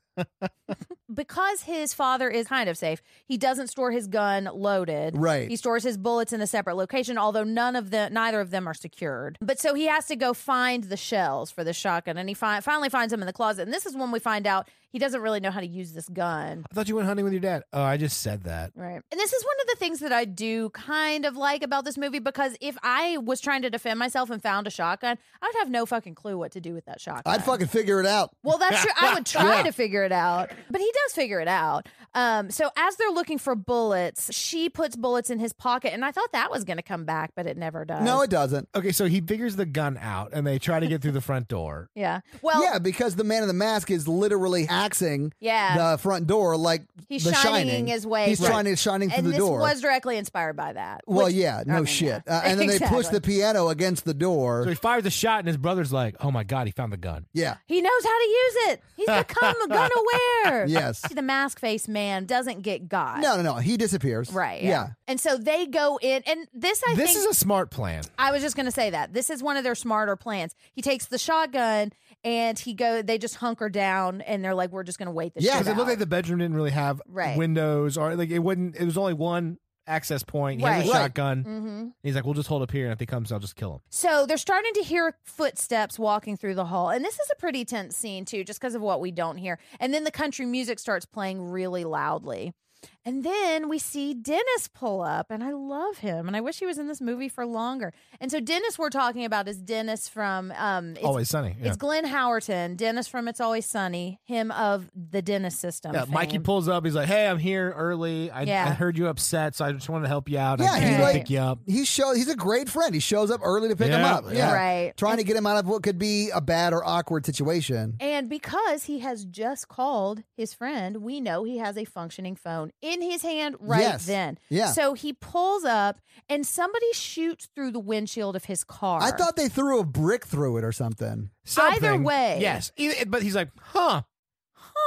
because his father is kind of safe, he doesn't store his gun loaded.
Right.
He stores his bullets in a separate location, although none of them, neither of them are secured. But so he has to go find the shells for the shotgun, and he fi- finally finds them in the closet. And this is when we find out he doesn't really know how to use this gun.
I thought you went hunting with your dad. Oh, I just said that.
Right. And this is one of the things that I do kind of like about this movie because if I was trying to defend myself and found a shotgun, I would have no fucking clue what to do with that shotgun.
I'd fucking figure it out.
Well, that's true. I would try to figure it out, but he does figure it out. Um, so as they're looking for bullets, she puts bullets in his pocket, and I thought that was going to come back, but it never does.
No, it doesn't.
Okay, so he figures the gun out and they try to get through the front door.
yeah. Well,
yeah, because the man in the mask is literally axing
Yeah.
the front door like
He's
the
shining
shining,
his way
He's
through.
trying to shining
and
through the
this
door.
was directly inspired by that.
well,
which-
yeah,
I
no
mean,
shit.
yeah.
Uh, and then
Exactly.
they push the piano against the door.
So he fires the shot and his brother's like, "Oh my god, he found the gun."
yeah,
He knows how to use it. He's become a gun aware.
Yes.
The mask face man doesn't get got.
no, no, no. He disappears.
Right.
Yeah.
And so they go in, and this I
this
think
is a smart plan.
I was just going to say that this is one of their smarter plans. He takes the shotgun and he go. They just hunker down and they're like, "We're just going to wait this."
Yeah,
shit
Because it
out.
looked like the bedroom didn't really have
Right.
windows or like it wouldn't. It was only one access point. He has a
Right. Right.
shotgun.
Mhm.
He's like, "We'll just hold up here, and if he comes, I'll just kill him."
So they're starting to hear footsteps walking through the hall, and this is a pretty tense scene too, just because of what we don't hear. And then the country music starts playing really loudly. And then we see Dennis pull up, and I love him, and I wish he was in this movie for longer. And so Dennis, we're talking about is Dennis from um, it's
Always sunny. Yeah.
It's Glenn Howerton, Dennis from It's Always Sunny, him of the Dennis system.
Yeah, Mikey
fame.
pulls up. He's like, "Hey, I'm here early. I,
Yeah.
I heard you upset, so I just wanted to help you out.
Yeah,
I
he
came to
like-
pick you up.
He show he's a great friend. He shows up early to pick him
Yeah.
up. Yeah.
Right.
Trying to get him out of what could be a bad or awkward situation.
And because he has just called his friend, we know he has a functioning phone in his hand right
Yes.
then.
Yeah.
So he pulls up and somebody shoots through the windshield of his car.
I thought they threw a brick through it or something.
Something.
Either way.
yes. Either, but he's like, "Huh."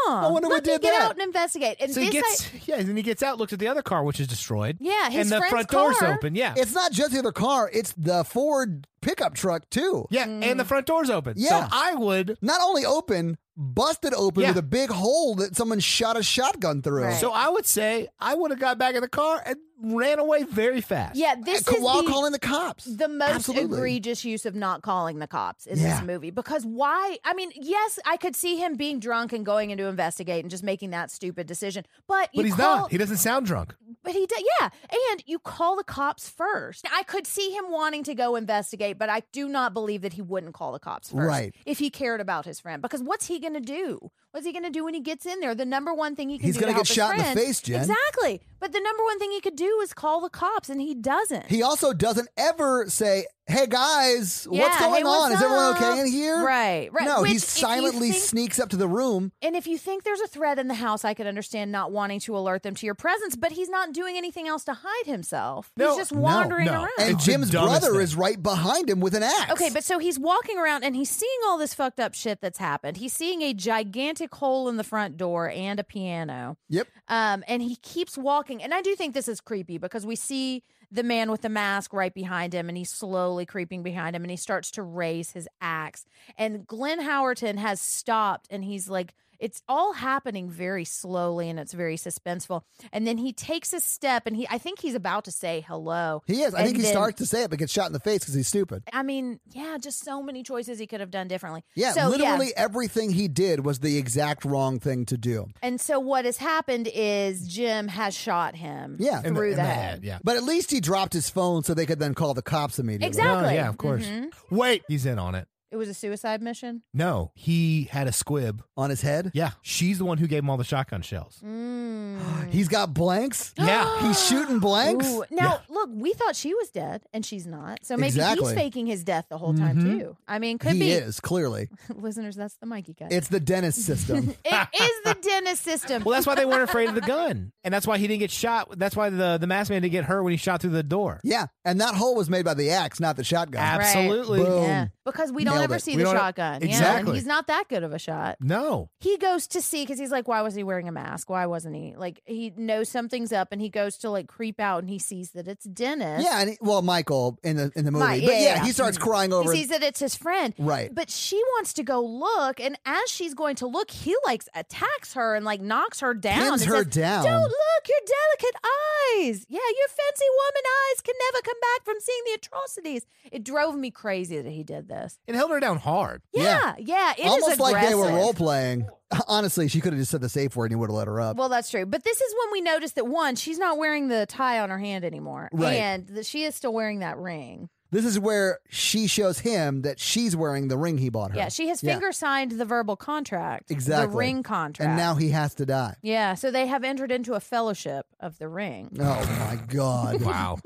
huh,
I wonder
let
what
me
did
get
that.
out and investigate. And
So
this
he gets,
I-
yeah, and then he gets out, looks at the other car, which is destroyed.
yeah, his
and the
friend's
front
car,
door's open. Yeah,
It's not just the other car, it's the Ford pickup truck too.
yeah,
Mm.
and the front door's open.
Yeah.
So I would.
Not only open, busted open
Yeah.
with a big hole that someone shot a shotgun through.
Right.
So I would say I would have got back in the car and ran away very fast.
Yeah, this
Uh,
is
while
the,
calling the cops.
the most
Absolutely.
egregious use of not calling the cops in
Yeah.
this movie because why i mean yes i could see him being drunk and going in to investigate and just making that stupid decision but you
but he's
call,
not. He doesn't sound drunk.
but he did yeah and you call the cops first i could see him wanting to go investigate but i do not believe that he wouldn't call the cops first
Right.
if he cared about his friend because what's he gonna do what's he gonna do when he gets in there the number one thing he can
He's
do
gonna
to
get
help his
shot in the
friend-
face, Jen.
exactly but the number one thing he could do is call the cops and he doesn't
He also doesn't ever say, "Hey guys, what's
Yeah,
going
hey, what's
on? Is everyone okay
up?"
in here?"
Right, right.
No,
Which,
he
if you
silently
think-
sneaks up to the room.
And if you think there's a threat in the house, I could understand not wanting to alert them to your presence, but he's not doing anything else to hide himself.
No,
he's just
no,
wandering
no.
around.
And
It's the
Jim's
dumbest
brother
thing.
is right behind him with an axe.
Okay, but so he's walking around and he's seeing all this fucked up shit that's happened. He's seeing a gigantic hole in the front door and a piano.
Yep.
Um, and he keeps walking. And I do think this is creepy because we see the man with the mask right behind him and he's slowly creeping behind him and he starts to raise his axe. And Glenn Howerton has stopped and he's like, it's all happening very slowly and it's very suspenseful. And then he takes a step and he, I think he's about to say hello.
He is. I think
And
he
then-
starts to say it, but gets shot in the face because he's stupid.
I mean, yeah, just so many choices he could have done differently.
Yeah,
so,
literally everything he did was the exact wrong thing to do.
And so what has happened is Jim has shot him.
Yeah. In
through
In
the,
in
head.
Yeah.
But at least he dropped his phone so they could then call the cops immediately.
Exactly.
No, yeah, of course.
Mhm.
Wait, he's in on it.
It was a suicide mission.
No, he had a squib.
On his head.
Yeah, she's the one who gave him all the shotgun shells.
Mm.
He's got blanks.
Yeah.
He's shooting blanks.
Ooh. Now, look, we thought she was dead, and she's not. So maybe he's
Exactly.
faking his death the whole time too. I mean, could
he
be
is clearly.
listeners. That's the Mikey guy.
It's the dentist system.
it is the dentist system.
Well, that's why they weren't afraid of the gun, and that's why he didn't get shot. That's why the the masked man didn't get hurt when he shot through the door.
yeah, and that hole was made by the axe, not the shotgun.
Absolutely.
Boom.
yeah, because we don't don't
nailed
ever
it.
see
We
the
don't- e-
shotgun. Yeah, and
Exactly.
he's not that good of a shot.
No.
He goes to see because he's like, why wasn't he wearing a mask? Why wasn't he? Like, he knows something's up and he goes to like creep out and he sees that it's Dennis.
Yeah, and he, well, Michael in the in the movie,
Mike,
but
yeah,
yeah,
yeah.
he starts crying
He
over.
sees that it's his friend.
Right.
But she wants to go look. And as she's going to look, he like attacks her and like knocks her down.
Pins
and
her
says,
down.
Don't look, your delicate eyes. Yeah, your fancy woman eyes can never come back from seeing the atrocities. It drove me crazy that he did this.
It held her down hard.
Yeah, yeah. it is
Almost like they were
aggressive.
role playing. Honestly, she could have just said the safe word and he would have let her up.
Well, that's true. But this is when we notice that one, she's not wearing the tie on her hand anymore.
Right.
And that she is still wearing that ring.
this is where she shows him that she's wearing the ring he bought her.
Yeah, she has
Yeah.
finger signed the verbal contract. The
Exactly.
ring contract.
and now he has to die.
Yeah, so they have entered into a fellowship of the ring.
Oh my god!
Wow.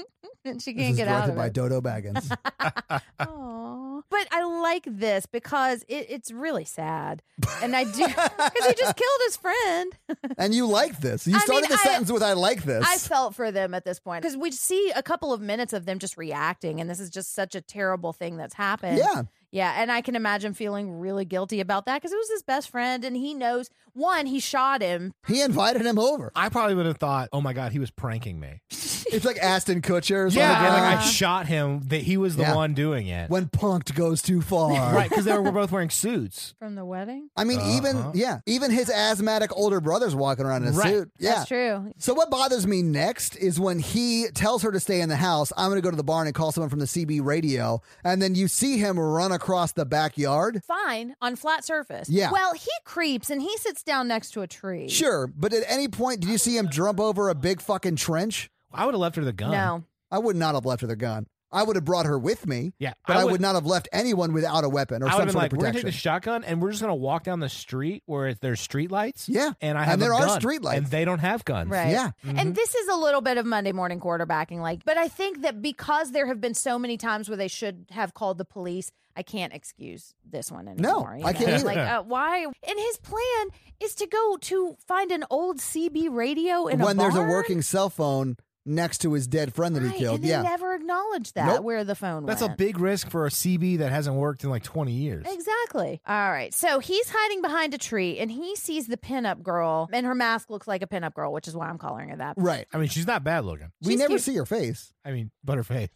And she
This
can't
is
get out
directed
of
by
it.
Dodo Baggins.
Aw. But I like this because it, it's really sad. And I do, because he just killed his friend.
and you like this. You
I
started
mean,
the
I-
sentence with "I like this."
I felt for them at this point because we see a couple of minutes of them just reacting, and this is just such a terrible thing that's happened.
Yeah.
Yeah, and I can imagine feeling really guilty about that because it was his best friend, and he knows one, he shot him.
he invited him over.
I probably would have thought, oh my God, he was pranking me.
It's like Aston Kutcher. is on the
Yeah.
ground.
like I shot him that he was the
Yeah.
one doing it.
when punked goes too far.
right. Because they were both wearing suits.
From the wedding?
I mean, even
Uh-huh.
yeah, even his asthmatic older brother's walking around in a
Right.
suit. Yeah.
That's true.
So what bothers me next is when he tells her to stay in the house. I'm going to go to the barn and call someone from the CB radio, and then you see him run across the backyard.
Fine on flat surface.
Yeah.
Well, he creeps and he sits down next to a tree.
Sure, but at any point, did you see him jump over a big fucking trench?
I would have left her the gun.
No.
I would not have left her the gun. I would have brought her with me.
Yeah,
but I
I
would,
would-
not have left anyone without a weapon or
I would
some
have
sort
been like,
of
we're gonna take
protection.
the shotgun and we're just gonna walk down the street where it- there's street lights.
Yeah.
and I
And
have
there
a
are
gun,
streetlights.
and they don't have guns.
Right.
Yeah.
Mm-hmm.
And this is a little bit of Monday morning quarterbacking. Like, but I think that because there have been so many times where they should have called the police, I can't excuse this one anymore. you
I can't
know?
either.
Like, uh, why? And his plan is to go to find an old CB radio in
when
a
there's a
barn?
working cell phone next to his dead friend that
Right,
he killed.
And
Yeah.
they never acknowledged that
Nope.
where the phone
That's a
went.
big risk for a CB that hasn't worked in like 20 years.
Exactly. All right. So he's hiding behind a tree and he sees the pinup girl, and her mask looks like a pinup girl, which is why I'm calling her that.
right.
I mean, she's not bad looking.
we
She's
never
cute.
see her face.
I mean, butterface.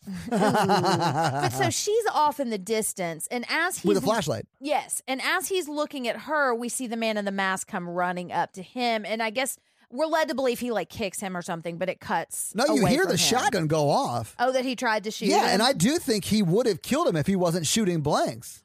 But so she's off in the distance, and as he's
With a flashlight.
Yes. And as he's looking at her, we see the man in the mask come running up to him. And I guess we're led to believe he like kicks him or something, but it cuts.
No, you
away
hear
from
the
him.
shotgun go off.
Oh, that he tried to shoot.
yeah,
him?
and I do think he would have killed him if he wasn't shooting blanks.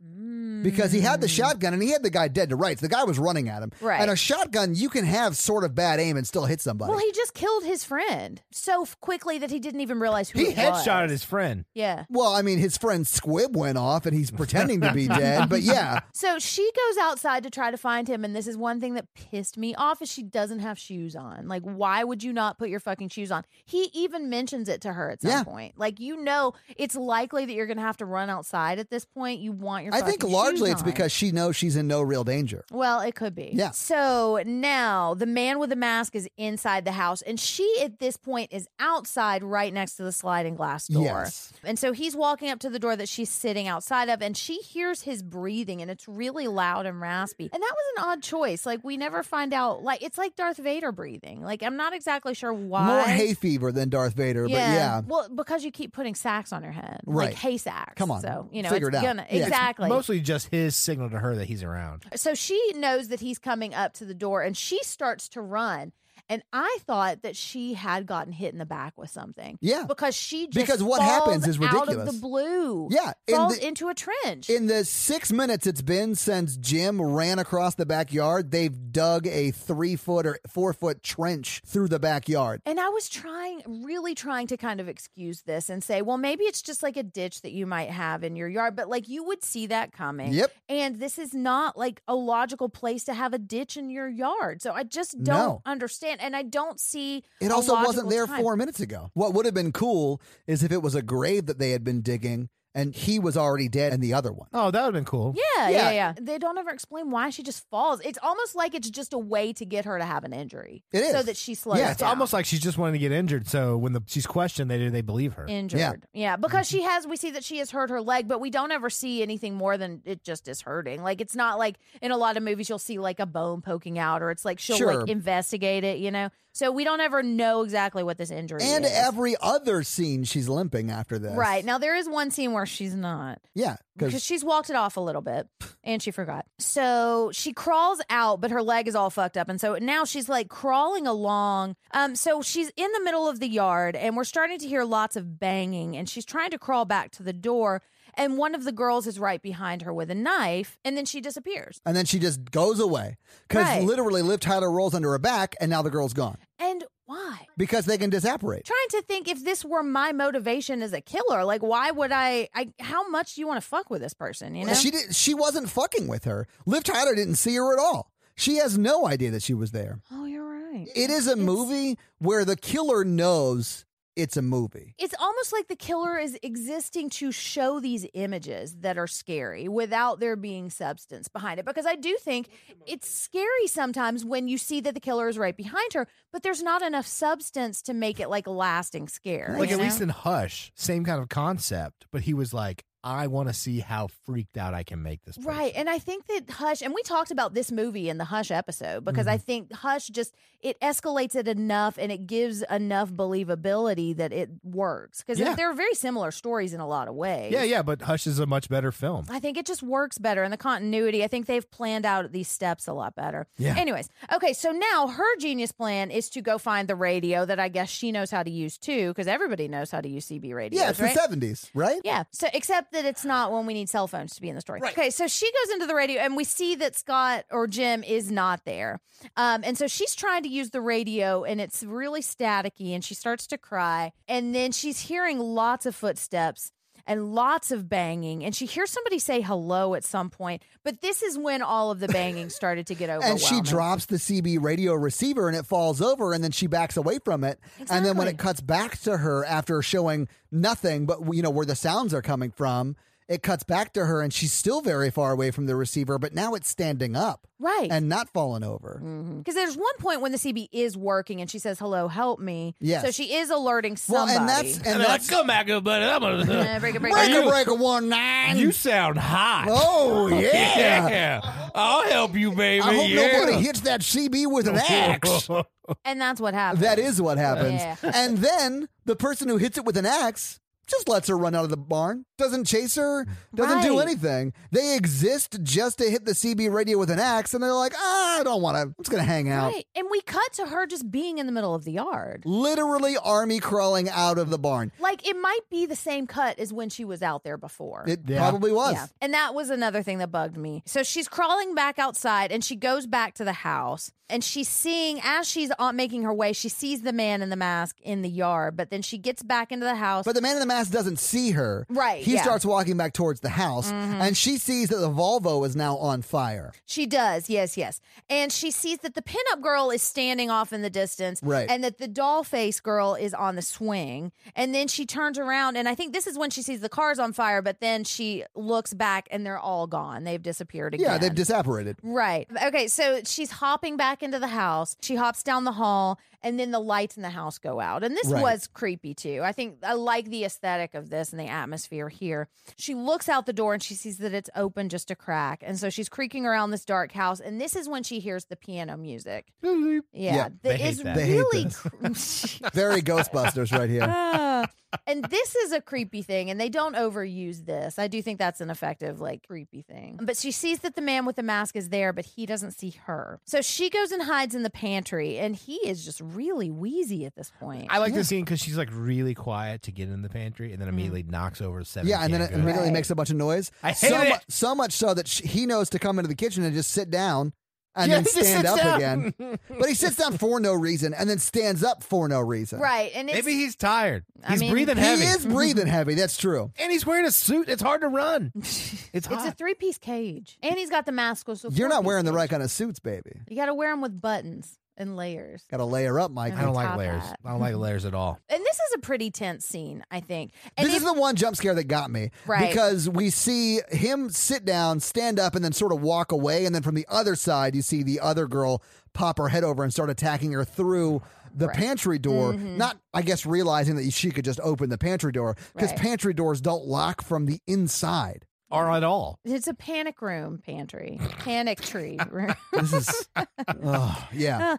Because he had the shotgun and he had the guy dead to rights. The guy was running at him.
Mm. Right.
And a shotgun, you can have sort of bad aim and still hit somebody.
Well, he just killed his friend so f- quickly that he didn't even realize who
He
it was.
headshotted his friend.
Yeah.
Well, I mean, his friend Squib went off and he's pretending to be dead, but yeah.
So she goes outside to try to find him, and this is one thing that pissed me off is she doesn't have shoes on. Like, why would you not put your fucking shoes on? He even mentions it to her at some
Yeah.
point. Like, you know, it's likely that you're gonna have to run outside at this point. You want your.
I think
fucking
largely
shoes
it's
on.
because she knows she's in no real danger.
Well, it could be.
Yeah.
So now the man with the mask is inside the house, and she at this point is outside right next to the sliding glass door.
Yes.
And so he's walking up to the door that she's sitting outside of, and she hears his breathing, and it's really loud and raspy. And that was an odd choice. Like, we never find out. Like, it's like Darth Vader breathing. Like, I'm not exactly sure why.
More hay fever than Darth Vader, but yeah.
Well, because you keep putting sacks on her head. Like
Right.
hay sacks.
Come on.
So, you know,
Figure
it's
it out.
gonna.
Yeah. It's
Exactly.
Mostly just his signal to her that he's around.
So she knows that he's coming up to the door and she starts to run. And I thought that she had gotten hit in the back with something.
Yeah.
Because she just
Because what
falls
happens is
Out of
ridiculous.
the blue.
Yeah, in
Falls
the-
into a trench.
In the six minutes it's been since Jim ran across the backyard, they've dug a three foot or four foot trench through the backyard.
and I was trying, really trying to kind of excuse this and say, well, maybe it's just like a ditch that you might have in your yard, but like you would see that coming.
Yep.
And this is not like a logical place to have a ditch in your yard. So I just don't
No.
understand. And I don't see
It
a
also wasn't
logical
there
time.
four minutes ago. What would have been cool is if it was a grave that they had been digging and he was already dead in the other one.
Oh, that would have been cool.
Yeah,
Yeah.
yeah, yeah, They don't ever explain why she just falls. It's almost like it's just a way to get her to have an injury.
It
So
is.
that she slows
Yeah,
It's
down.
almost like she's just wanting to get injured. So when the, she's questioned, they they believe her.
injured. Yeah. because she has we see that she has hurt her leg, but we don't ever see anything more than it just is hurting. Like it's not like in a lot of movies you'll see like a bone poking out or it's like she'll
Sure.
like investigate it, you know. So we don't ever know exactly what this injury
And
is.
every other scene, she's limping after this.
Right. Now there is one scene where she's not.
Yeah.
because she's walked it off a little bit and she forgot. So she crawls out, but her leg is all fucked up. And so now she's like crawling along. Um, so she's in the middle of the yard and we're starting to hear lots of banging and she's trying to crawl back to the door. And one of the girls is right behind her with a knife and then she disappears.
And then she just goes away. Because
Right.
literally, Liv Tyler rolls under her back, and now the girl's gone.
And why?
Because they can disapparate.
Trying to think if this were my motivation as a killer, like why would I? I how much do you want to fuck with this person? You know,
She did. She wasn't fucking with her. Liv Tyler didn't see her at all. She has no idea that she was there.
oh, you're right.
It is a
It's-
movie where the killer knows it's a movie.
it's almost like the killer is existing to show these images that are scary without there being substance behind it because i do think it's scary sometimes when you see that the killer is right behind her but there's not enough substance to make it like lasting scare
Like
you
at
know?
least in Hush, same kind of concept, but he was like, I want to see how freaked out I can make this. person."
Right. And I think that Hush, and we talked about this movie in the Hush episode because
Mm-hmm.
I think Hush just, it escalates it enough and it gives enough believability that it works. Because
Yeah.
they're very similar stories in a lot of ways.
Yeah, yeah, but Hush is a much better film.
I think it just works better in the continuity. I think they've planned out these steps a lot better.
Yeah.
Anyways, okay, so now her genius plan is to go find the radio that I guess she knows how to use too, because everybody knows how to use CB radios,
Yeah, it's
right?
the seventies, right?
yeah. So except that it's not when we need cell phones to be in the story. Okay. So she goes into the radio, and we see that Scott or Jim is not there, um, and so she's trying to use the radio, and it's really staticky, and she starts to cry, and then she's hearing lots of footsteps. And lots of banging, and she hears somebody say hello at some point. But this is when all of the banging started to get overwhelming.
And she drops the CB radio receiver and it falls over and then she backs away from it. And then when it
Exactly.
cuts back to her after showing nothing but you know where the sounds are coming from, it cuts back to her and she's still very far away from the receiver, but now it's standing up
right Mm-hmm.
and not falling over.
because there's one point when the CB is working, and she says hello, help me.
Yes.
So she is alerting
Well,
somebody.
and that's and that's
come back, buddy. I'm
Uh, break
break a
it, break it. break it.
break a one nine.
sound hot.
oh yeah.
I'll help you, baby.
I hope nobody hits that CB with an axe.
And that's what happened.
That is what happens.
Yeah.
And then the person who hits it with an axe just lets her run out of the barn, doesn't chase her, doesn't do
Right.
anything. They exist just to hit the CB radio with an axe, and they're like, ah, I don't want to. I'm just going to hang out.
Right. And we cut to her just being in the middle of the yard.
Literally, army crawling out of the barn.
Like it might be the same cut as when she was out there before.
It
Yeah.
probably was.
yeah. And that was another thing that bugged me. So she's crawling back outside and she goes back to the house and she's seeing, as she's on- making her way, she sees the man in the mask in the yard, but then she gets back into the house.
But the man in the mask doesn't see her.
Right,
He
yeah. Mm-hmm.
starts walking back towards the house, and she sees that the Volvo is now on fire.
She does, yes, yes. And she sees that the pinup girl is standing off in the distance.
Right.
And that the doll face girl is on the swing. And then she turns around, and I think this is when she sees the car's on fire, but then she looks back and they're all gone. They've disappeared again.
Yeah, they've disapparated.
Right. Okay, so she's hopping back into the house. She hops down the hall, and then the lights in the house go out. And this
Right.
was creepy too. I think I like the aesthetic of this and the atmosphere here. She looks out the door and she sees that it's open just a crack. And so she's creaking around this dark house. And this is when she hears the piano music. Yeah.
Yeah,
that
they
is
hate that.
They hate
really
this.
cr-
Very Ghostbusters right here.
Ah. and this is a creepy thing, and they don't overuse this. I do think that's an effective, like, creepy thing. But she sees that the man with the mask is there, but he doesn't see her. So she goes and hides in the pantry, and he is just really wheezy at this point.
I like the scene because she's like really quiet to get in the pantry, and then immediately knocks over seven.
Yeah, and then it
canned goods.
immediately
Right.
makes a bunch of noise.
I hate
so, mu-
it.
so much so that sh he knows to come into the kitchen and just sit down and
Yeah,
then
he just
stand
sits
up
down.
again. But he sits down for no reason and then stands up for no reason.
right. And it's,
maybe he's tired.
I
he's
mean-
breathing
He
heavy,
is breathing heavy. That's true.
and he's wearing a suit. It's hard to run. It's
it's a
hot.
three piece cage, and he's got the mask. So it's a
You're not
four-piece
wearing the
cage.
right kind of suits, baby.
You got to wear them with buttons. and layers.
Got to layer up, Mike.
I
I don't like
Top
layers.
hat.
I don't like layers at all.
And this is a pretty tense scene, I think. And
this
if-
is the one jump scare that got me.
Right.
Because we see him sit down, stand up, and then sort of walk away. And then from the other side, you see the other girl pop her head over and start attacking her through the
Right. Mm-hmm.
pantry door. Not, I guess, realizing that she could just open the pantry door because
Right.
pantry doors don't lock from the inside.
Or at all.
it's a panic room pantry, panic tree room.
This is, oh, yeah.
Uh,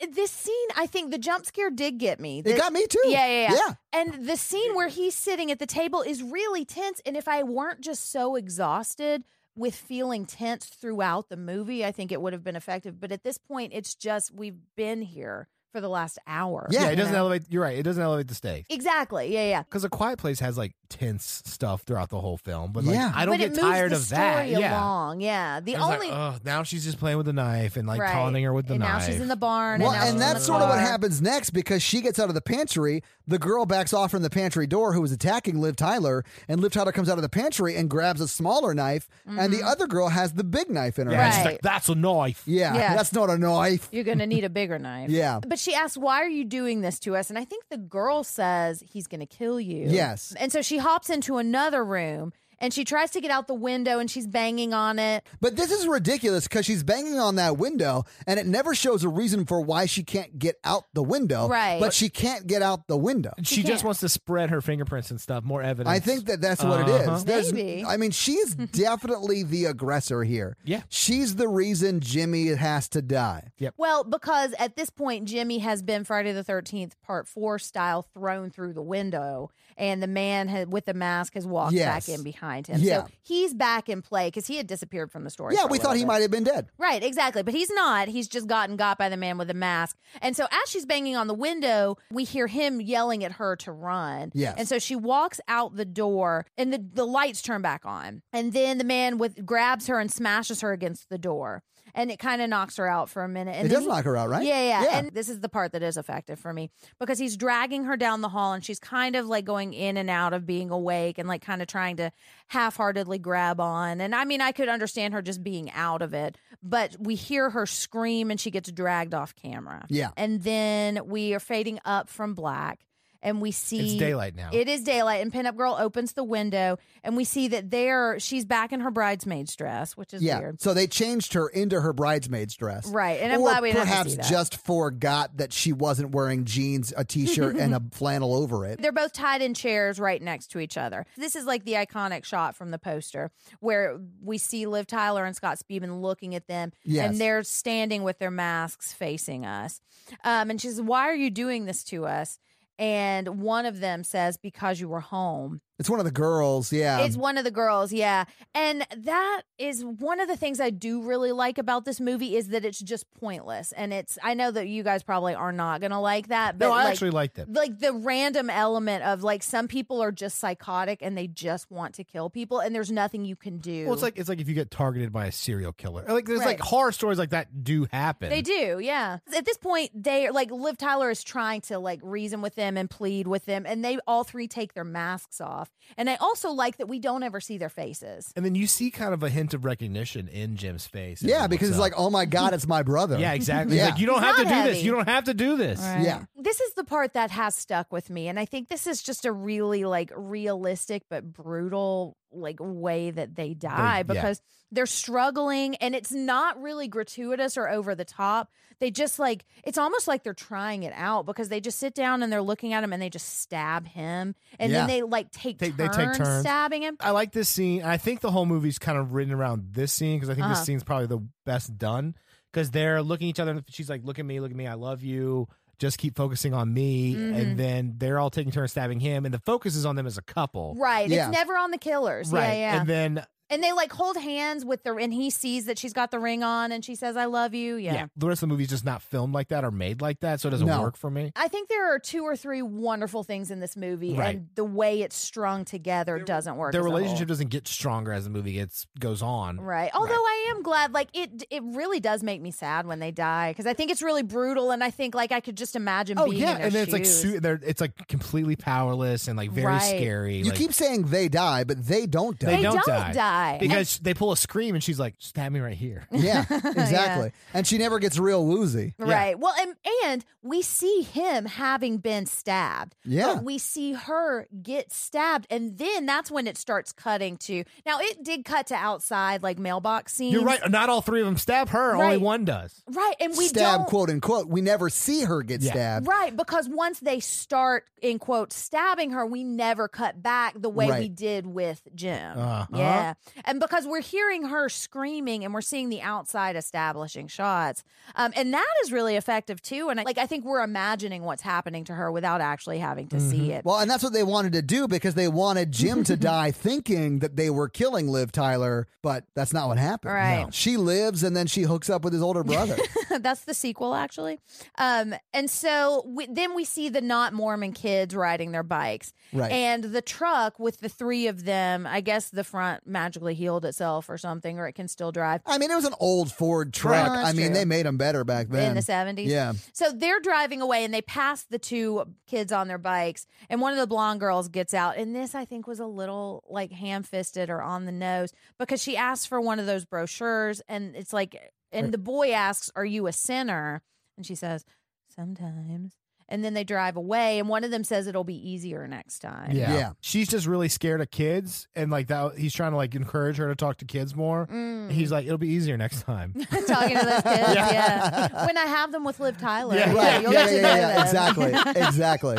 and this scene, I think the jump scare did get me.
It
The-
got me too.
Yeah, yeah, yeah,
Yeah.
And the scene where he's sitting at the table is really tense. And if I weren't just so exhausted with feeling tense throughout the movie, I think it would have been effective. But at this point, it's just we've been here for the last hour.
Yeah,
Yeah,
you
it doesn't
know?
elevate. You're right. It doesn't elevate the stakes.
Exactly. Yeah, yeah.
Because a quiet place has like tense stuff throughout the whole film, but like
Yeah.
I don't
but it
get
moves
tired
the
of that.
Story
Yeah,
Along. Yeah. The
It was like,
only
"Ugh, now she's just playing with the knife and like
Right.
taunting her with the
and
knife.
now she's in the barn.
Well,
and, now she's
and
in
that's
the
sort of what
car.
happens next because she gets out of the pantry. The girl backs off from the pantry door who was attacking Liv Tyler, and Liv Tyler comes out of the pantry and grabs a smaller knife, and
Mm-hmm.
the other girl has the big knife in her
Yeah,
hand.
she's
Right.
like, that's a knife.
Yeah,
Yeah.
that's not a knife.
You're going to need a bigger knife.
Yeah.
But she asks, Why are you doing this to us? And I think the girl says, He's going to kill you.
Yes.
And so she hops into another room and she tries to get out the window and she's banging on it.
But this is ridiculous because she's banging on that window, and it never shows a reason for why she can't get out the window.
Right.
But she can't get out the window.
She, just
can't.
wants to spread her fingerprints and stuff. More evidence.
I think that that's what it
Uh-huh.
is. There's,
Maybe.
I mean, she's definitely the aggressor here.
Yeah.
She's the reason Jimmy has to die.
Well, because at this point, Jimmy has been Friday the 13th, part four style, thrown through the window, and the man had, with the mask has walked
Yes.
back in behind him.
Yeah.
So he's back in play because he had disappeared from the story.
Yeah,
for a
we thought
little
he
bit.
might have been dead.
Right, exactly. But he's not. He's just gotten got by the man with the mask. And so as she's banging on the window, we hear him yelling at her to run.
Yes.
And so she walks out the door and the, the lights turn back on. And then the man with grabs her and smashes her against the door. And it kind of knocks her out for a minute. And
it
then
does
he-
knock her out, right?
yeah, yeah, And this is the part that is effective for me because he's dragging her down the hall and she's kind of like going in and out of being awake and like kind of trying to half heartedly grab on. And I mean, I could understand her just being out of it, but we hear her scream and she gets dragged off camera.
Yeah.
And then we are fading up from black and we see
it's daylight now.
it is daylight, and Pinup Girl opens the window, and we see that there she's back in her bridesmaid's dress, which is
yeah.
weird.
So they changed her into her bridesmaid's dress.
Right, and I'm
or
glad we didn't have to
perhaps
see that.
just forgot that she wasn't wearing jeans, a t-shirt, and a flannel over it.
They're both tied in chairs right next to each other. This is like the iconic shot from the poster where we see Liv Tyler and Scott Speedman looking at them,
Yes.
and they're standing with their masks facing us. Um, and she says, Why are you doing this to us? And one of them says, Because you were home.
It's one of the girls. Yeah.
Um.
It's one of the girls, yeah. And that is one of the things I do really like about this movie is that it's just pointless. And it's I know that you guys probably are not gonna like that, but
no, I
like,
actually liked it.
like the random element of like some people are just psychotic and they just want to kill people and there's nothing you can do.
Well, it's like it's like if you get targeted by a serial killer. Like there's
Right.
like horror stories like that do happen.
they do, yeah. At this point, they like Liv Tyler is trying to like reason with them and plead with them, and they all three take their masks off. And I also like that we don't ever see their faces.
And then you see kind of a hint of recognition in Jim's face. as
yeah,
he
because
looks
it's like,
up.
oh my God, it's my brother.
yeah, exactly. It's
Yeah.
like you don't
It's
have to do
not
this.
heavy.
You don't have to do this.
Yeah.
This is the part that has stuck with me, and I think this is just a really like realistic but brutal like way that they die
yeah.
because they're struggling and it's not really gratuitous or over the top. They just like it's almost like they're trying it out because they just sit down and they're looking at him and they just stab him and
Yeah.
then they like take
They-
turns
they take turns.
stabbing him.
I like this scene. I think the whole movie's kind of written around this scene because I think
Uh-huh.
this scene's probably the best done because they're looking at each other. and She's like, "Look at me, look at me. I love you. Just keep focusing on me."
Mhm.
And then they're all taking turns stabbing him, and the focus is on them as a couple.
Right.
Yeah.
It's never on the killers. Yeah,
Right.
yeah.
And then
and they like hold hands with the and he sees that she's got the ring on and she says, I love you.
yeah. the rest of the movie's just not filmed like that or made like that, so it doesn't
No.
work for me.
I think there are two or three wonderful things in this movie,
Right.
and the way it's strung together doesn't work.
Their
as a whole.
relationship doesn't get stronger as the movie gets goes on.
right? Although I am glad, like it, it really does make me sad when they die because I think it's really brutal, and I think like I could just imagine.
Oh
being
yeah,
in their
and then it's like
shoes.
su- they're, it's like completely powerless and like very
Right.
scary.
You
like-
keep saying they die, but they don't die.
They,
They
don't,
don't
die.
die.
Why?
because they pull a scream and she's like, stab me right here.
Yeah, exactly. And she never gets real woozy.
Right. Well, and and we see him having been stabbed.
Yeah.
But we see her get stabbed, and then that's when it starts cutting to. Now it did cut to outside, like mailbox scenes.
You're right. Not all three of them stab her. Only
Right.
one does.
Right, and we
Stab,
don't.
quote unquote. We never see her get
Yeah.
stabbed.
Right, because once they start in quote stabbing her, we never cut back the way we
Right.
did with Jim.
Uh-huh.
Yeah. And because we're hearing her screaming and we're seeing the outside establishing shots. Um, and that is really effective too. And I, like I think we're imagining what's happening to her without actually having to see it.
Well, and that's what they wanted to do because they wanted Jim to die thinking that they were killing Liv Tyler, but that's not what happened.
Right.
She lives and then she hooks up with his older brother.
That's the sequel, actually. Um, and so we, then we see the not Mormon kids riding their bikes,
Right.
And the truck with the three of them. I guess the front magically healed itself or something, or it can still drive
I mean, it was an old Ford truck.
Well, Oh, that's
I mean,
true.
they made them better back then.
in the seventies.
Yeah.
So they're driving away, and they pass the two kids on their bikes, and one of the blonde girls gets out. And this, I think, was a little like ham-fisted or on the nose because she asked for one of those brochures, and it's like, and the boy asks, "Are you a sinner?" And she says, "Sometimes." And then they drive away, and one of them says, "It'll be easier next time."
Yeah.
She's just really scared of kids, and like that, he's trying to like encourage her to talk to kids more.
Mm.
He's like, it'll be easier next time.
talking to those kids. Yeah. When I have them with Liv Tyler.
Yeah.
yeah,
Right.
you'll
yeah,
get to
yeah,
know
yeah,
them.
exactly. Exactly.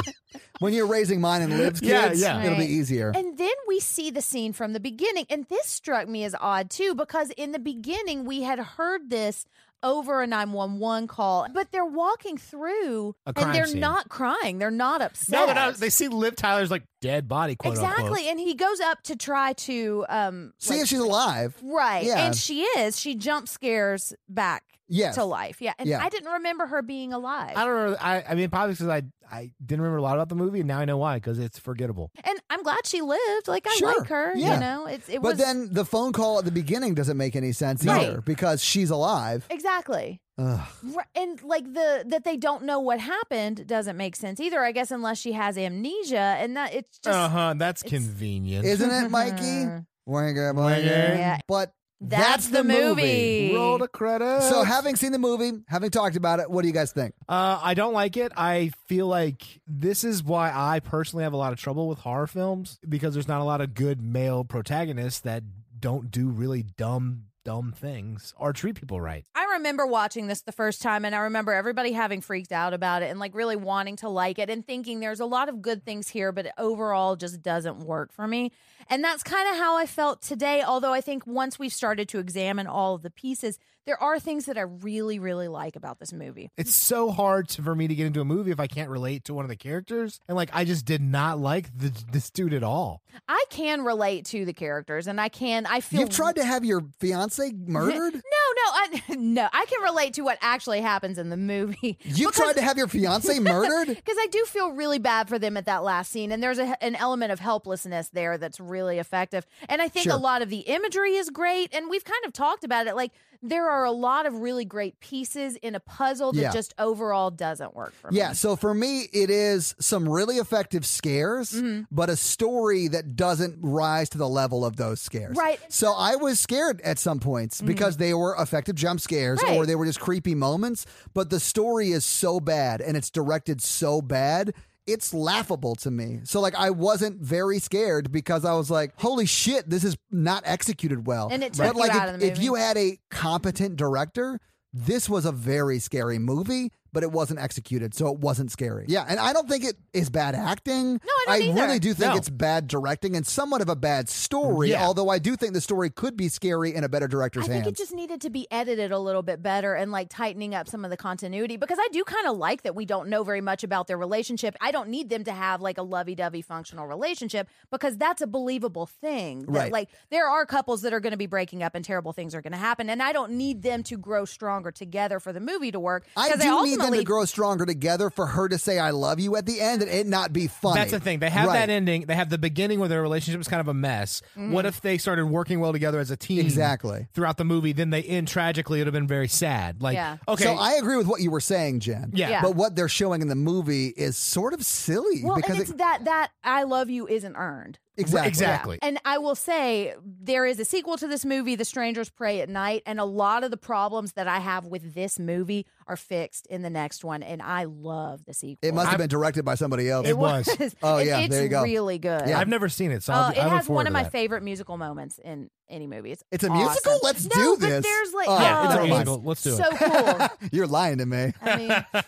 When you're raising mine and Liv's
Yeah,
kids,
yeah.
it'll
Right.
be easier.
And then we see the scene from the beginning. And this struck me as odd too, because in the beginning we had heard this over a 911 call, but they're walking through
A crime
and they're
scene.
not crying. They're not upset.
no, but not they see Liv Tyler's like dead body, quote
exactly.
unquote.
And he goes up to try to um
See
like-
if she's alive.
Right.
Yeah.
And she is. She jump scares back
Yes.
to life. Yeah. And
Yeah.
I didn't remember her being alive.
I don't remember. I, I mean, probably because I I didn't remember a lot about the movie, and now I know why because it's forgettable.
and I'm glad she lived. Like I
Sure.
like her.
Yeah.
You know, it's it
But
was
then the phone call at the beginning doesn't make any sense
No.
either because she's alive.
exactly.
Ugh.
Right, and like the that they don't know what happened doesn't make sense either. I guess unless she has amnesia, and that it's just
Uh huh. That's
it's-
convenient.
Isn't it, Mikey? Wanker, wanker.
Yeah.
But
That's the movie.
Roll the credits.
So, having seen the movie, having talked about it, what do you guys think?
Uh, I don't like it. I feel like this is why I personally have a lot of trouble with horror films because there's not a lot of good male protagonists that don't do really dumb, dumb things or treat people right.
I remember watching this the first time, and I remember everybody having freaked out about it and like really wanting to like it and thinking there's a lot of good things here, but it overall just doesn't work for me. And that's kind of how I felt today. Although I think once we've started to examine all of the pieces, there are things that I really, really like about this movie.
It's so hard to, for me to get into a movie if I can't relate to one of the characters. And like, I just did not like the, this dude at all.
I can relate to the characters, and I can. I feel
You've tried to have your fiance murdered?
No, no, I, no. I can relate to what actually happens in the movie.
You've tried to have your fiance murdered?
because I do feel really bad for them at that last scene, and there's a, an element of helplessness there that's really effective. And I think a
Sure.
lot of the imagery is great, and we've kind of talked about it. Like there are a lot of really great pieces in a puzzle that
Yeah.
just overall doesn't work for me.
Yeah, so for me, it is some really effective scares,
Mm-hmm.
but a story that doesn't rise to the level of those scares.
Right. Mm-hmm.
So I was scared at some points because they were effective jump scares or
Right.
they were just creepy moments, but the story is so bad and it's directed so bad. It's laughable to me. So, like, I wasn't very scared because I was like, holy shit, this is not executed well.
And it took
but,
you
like,
out
if,
of the
if
movie.
you had a competent director, this was a very scary movie, but it wasn't executed, so it wasn't scary. Yeah, and I don't think it is bad acting. No,
I don't either.
really do think
No.
it's bad directing and somewhat of a bad story,
Yeah.
although I do think the story could be scary in a better director's
I think
hands.
it just needed to be edited a little bit better and like tightening up some of the continuity because I do kind of like that we don't know very much about their relationship. I don't need them to have like a lovey-dovey functional relationship because that's a believable thing. that,
Right.
Like there are couples that are going to be breaking up and terrible things are going to happen, and I don't need them to grow stronger together for the movie to work.
I
'cause
do need them to
ultimately-
grow stronger together for her to say "I love you" at the end and it not be funny.
That's the thing. They have
Right.
that ending. They have the beginning where their relationship is kind of a mess. What if they started working well together as a team?
Exactly.
Throughout the movie, then they end tragically. It'd have been very sad. Like,
Yeah.
okay,
So I agree with what you were saying, Jen.
Yeah. Yeah.
But what they're showing in the movie is sort of silly
Well,
because
and it's
it,
that that I love you isn't earned.
Exactly.
Exactly.
And I will say there is a sequel to this movie, The Strangers Pray at Night, and a lot of the problems that I have with this movie are fixed in the next one, and I love the sequel.
It must have
I'm-
been directed by somebody else.
It was.
Oh,
And
yeah,
it's
there you go.
really good.
I've never seen it, so
Uh,
I'll
it
be, I look
has
forward
one
to
of my
that.
favorite musical moments in any movie. It's
It's a
awesome.
musical? Let's
no,
do
but
this.
there's like,
Oh,
Yeah, it's a
oh,
musical. Let's do it.
So cool.
You're lying to me.
I mean, all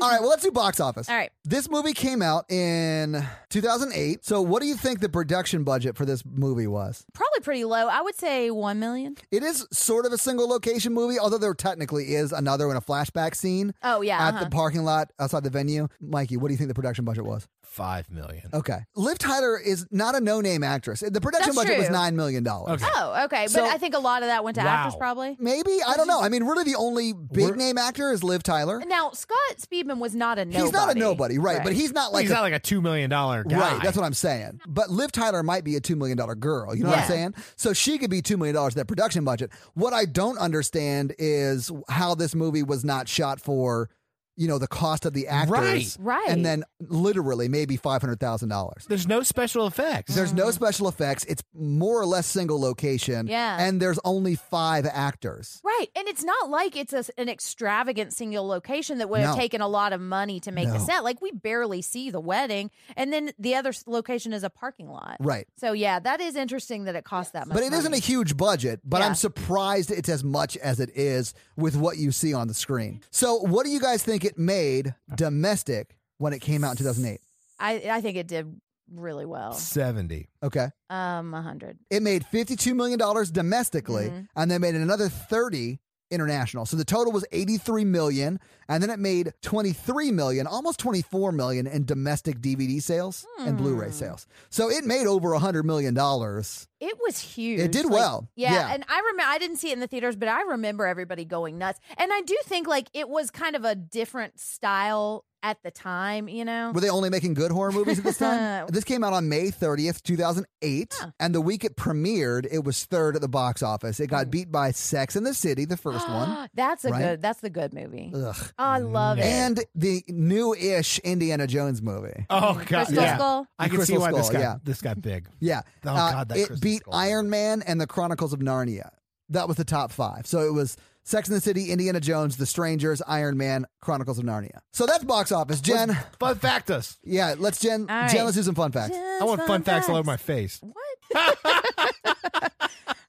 All right, well, let's do box office.
right.
This movie came out in 2008. So, what do you think the production budget for this movie was?
Probably pretty low. I would say one million.
It is sort of a single location movie, although there technically is another in a flashback scene
Oh yeah.
at
uh-huh.
the parking lot outside the venue. Mikey, what do you think the production budget was?
Five million.
Okay. Liv Tyler is not a no name actress. The production
That's
budget was
true.
$9 million. Okay.
Oh, okay. But
So-
I think a lot of that went to
Wow.
actors probably.
Maybe. I don't know. I mean, really, the only big
We're-
name actor is Liv Tyler.
Now Scott Speedman was not a nobody.
He's not a nobody, right? But he's not like
He's
a
not like a two million dollar guy.
Right, that's what I'm saying. But Liv Tyler might be a $2 million girl. You know what I'm
Yeah.
saying? So she could be $2 million to that production budget. What I don't understand is how this movie was not shot for, you know, the cost of the actors.
Right.
Right.
And then literally maybe $500,000.
There's no special effects.
There's
Mm.
no special effects. It's more or less single location.
Yeah.
And there's only five actors.
Right, and it's not like it's a, an extravagant single location that would have
No.
taken a lot of money to make the
No.
set. Like we barely see the wedding, and then the other s- location is a parking lot.
Right.
So yeah, that is interesting that it costs that much.
But it isn't a
money.
huge budget, but
Yeah.
I'm surprised it's as much as it is with what you see on the screen. So, what do you guys think it made domestic when it came out in 2008?
I I think it did really well.
seventy.
Okay.
Um, a hundred.
It made $52 million domestically
Mhm.
and they made another 30 international. So the total was 83 million and then it made 23 million, almost 24 million in domestic DVD sales and
Hmm.
Blu-ray sales. So it made over 100 million dollars.
It was huge.
It did
Like,
well.
Yeah,
Yeah.
and I remember I didn't see it in the theaters, but I remember everybody going nuts. And I do think like it was kind of a different style at the time, you know.
Were they only making good horror movies at this time? this came out on May 30th, 2008. And the week it premiered, it was third at the box office. It
Oh.
got beat by Sex and the City, the first one.
that's a
right? Uh,
good. That's the good movie.
Ugh.
I love it.
And the new ish Indiana Jones movie.
Oh god.
Crystal
yeah.
Skull?
I can
Crystal
see why this
Skull,
guy
yeah.
this got big.
Yeah. uh,
Oh, God, that
it
Christmas
beat
gold.
Iron Man and the Chronicles of Narnia. That was the top five. So it was Sex and the City, Indiana Jones, The Strangers, Iron Man, Chronicles of Narnia. So that's box office. Jen,
Fun fact us.
yeah, let's Jen,
All right.
Jen, let's do some fun facts.
Just
I want fun facts all over my face.
What?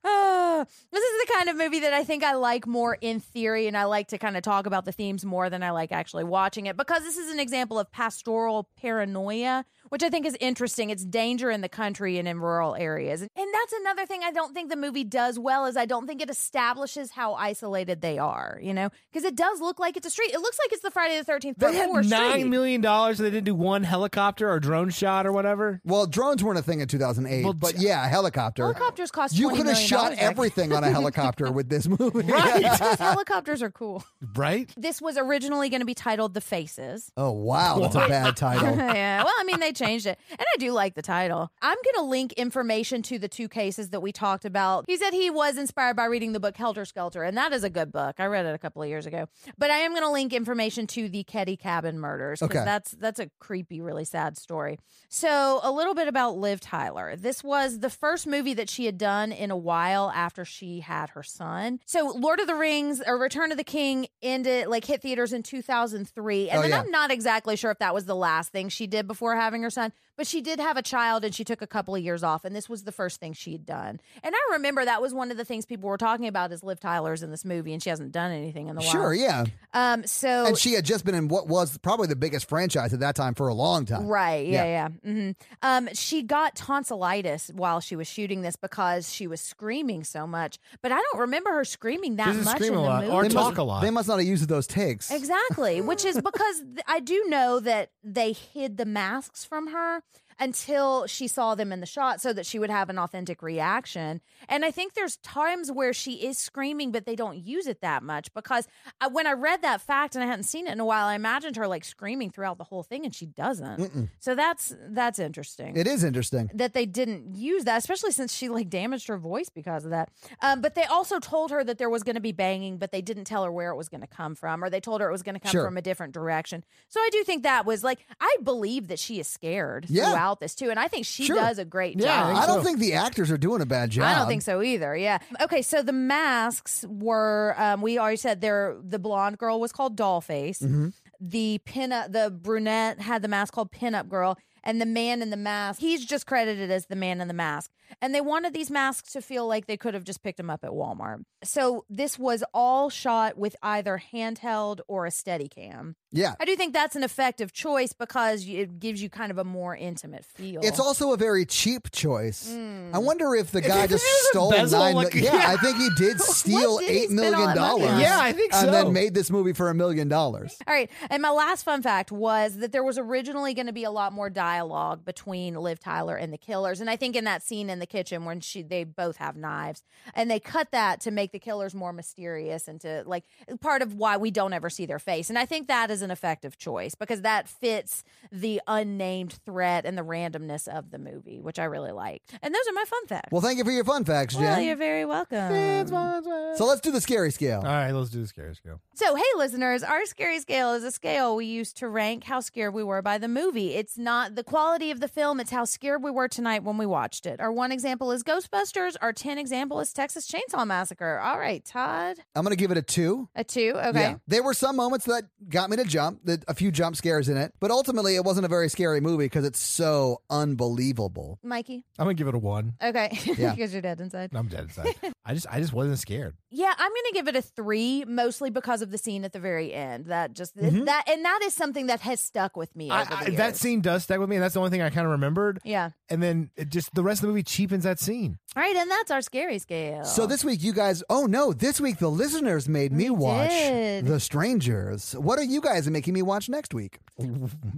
Oh, this is the kind of movie that I think I like more in theory, and I like to kind of talk about the themes more than I like actually watching it because this is an example of pastoral paranoia, which I think is interesting. It's danger in the country and in rural areas, and that's another thing I don't think the movie does well is I don't think it establishes how isolated they are. You know, because it does look like it's a street. It looks like it's the Friday the Thirteenth.
They had nine million dollars and they didn't do one helicopter or drone shot or whatever.
Well, drones weren't a thing in 2008,
Well,
but yeah, a helicopter.
Helicopters cost
You
$20
could have
million
shot
back then.
everything on a helicopter with this movie.
Right.
Those helicopters are cool.
right?
This was originally going to be titled The Faces.
Oh, wow. That's a bad title.
yeah. Well, I mean, they changed it. And I do like the title. I'm going to link information to the two cases that we talked about. He said he was inspired by reading the book Helter Skelter, and that is a good book. I read it a couple of years ago. But I am going to link information to the Ketty Cabin murders because
Okay.
that's, that's a creepy, really sad story. So, a little bit about Liv Tyler. This was the first movie that she had done in a while after she had her son. So, Lord of the Rings or Return of the King ended like hit theaters in 2003. And
Oh,
then
yeah.
I'm not exactly sure if that was the last thing she did before having her son, but she did have a child and she took a couple of years off. And this was the first thing she had done. And I remember that was one of the things people were talking about is Liv Tyler's in this movie and she hasn't done anything in a while.
Sure, yeah.
Um, so,
And she had just been in what was probably the biggest franchise at that time for a long time.
Right. Yeah.
Yeah.
Yeah. hmm Um, she got tonsillitis while she was shooting this because she was screaming so much. But I don't remember her screaming that
Doesn't
much
scream
in
a
the
lot,
movie.
or
They
talk
must-
a lot.
They must not have used those takes.
Exactly, which is because th- I do know that they hid the masks from her until she saw them in the shot so that she would have an authentic reaction. And I think there's times where she is screaming, but they don't use it that much because I, when I read that fact and I hadn't seen it in a while, I imagined her like screaming throughout the whole thing, and she doesn't. So that's that's interesting
It is interesting.
that they didn't use that, especially since she like damaged her voice because of that. Um, but they also told her that there was going to be banging, but they didn't tell her where it was going to come from, or they told her it was going to come
Sure.
from a different direction. So I do think that was like I believe that she is scared
Yeah.
throughout this too, and I think she
Sure.
does a great
Yeah,
job.
I don't
so.
think the actors are doing a bad job.
I don't think so either. Yeah. Okay. So the masks were. Um, we already said there. The blonde girl was called Dollface. The pin up. The brunette had the mask called Pinup Girl, and the man in the mask. He's just credited as the man in the mask. And they wanted these masks to feel like they could have just picked them up at Walmart. So this was all shot with either handheld or a Steadicam.
Yeah.
I do think that's an effective choice because it gives you kind of a more intimate feel.
It's also a very cheap choice.
Mm.
I wonder if the guy just
it is
stole
embezzle,
nine. mil-
like-
yeah,
yeah.
I think he did steal
did he
eight
spend all
million
that money
dollars.
on?
Yeah, I think
And then
so.
made this movie for a million dollars.
All right. And my last fun fact was that there was originally going to be a lot more dialogue between Liv Tyler and the killers. And I think in that scene in the kitchen when she they both have knives and they cut that to make the killers more mysterious and to like part of why we don't ever see their face. And I think that is an effective choice because that fits the unnamed threat and the randomness of the movie, which I really liked. And those are my fun facts.
Well, thank you for your fun facts, Jen.
Well, you're very welcome.
So let's do the scary scale.
All right, let's do the scary scale.
So, hey, listeners, our scary scale is a scale we use to rank how scared we were by the movie. It's not the quality of the film, it's how scared we were tonight when we watched it. Our one example is Ghostbusters, our 10 example is Texas Chainsaw Massacre. All right, Todd,
I'm going to give it a two.
a two. Okay.
Yeah. There were some moments that got me to jump, that a few jump scares in it, but ultimately it wasn't a very scary movie because it's so unbelievable.
Mikey,
I'm gonna give it a one.
okay,
Yeah.
because you're dead inside.
I'm dead inside. I just I just wasn't scared.
Yeah, I'm gonna give it a three, mostly because of the scene at the very end. That just that, and that is something that has stuck with me.
I,
over the
I, that
years.
scene does stick with me, and that's the only thing I kind of remembered.
Yeah.
And then it just the rest of the movie cheapens that scene.
All right, and that's our scary scale.
So this week, you guys. Oh no! This week, the listeners made me
We
watch
did.
The Strangers. What are you guys making me watch next week?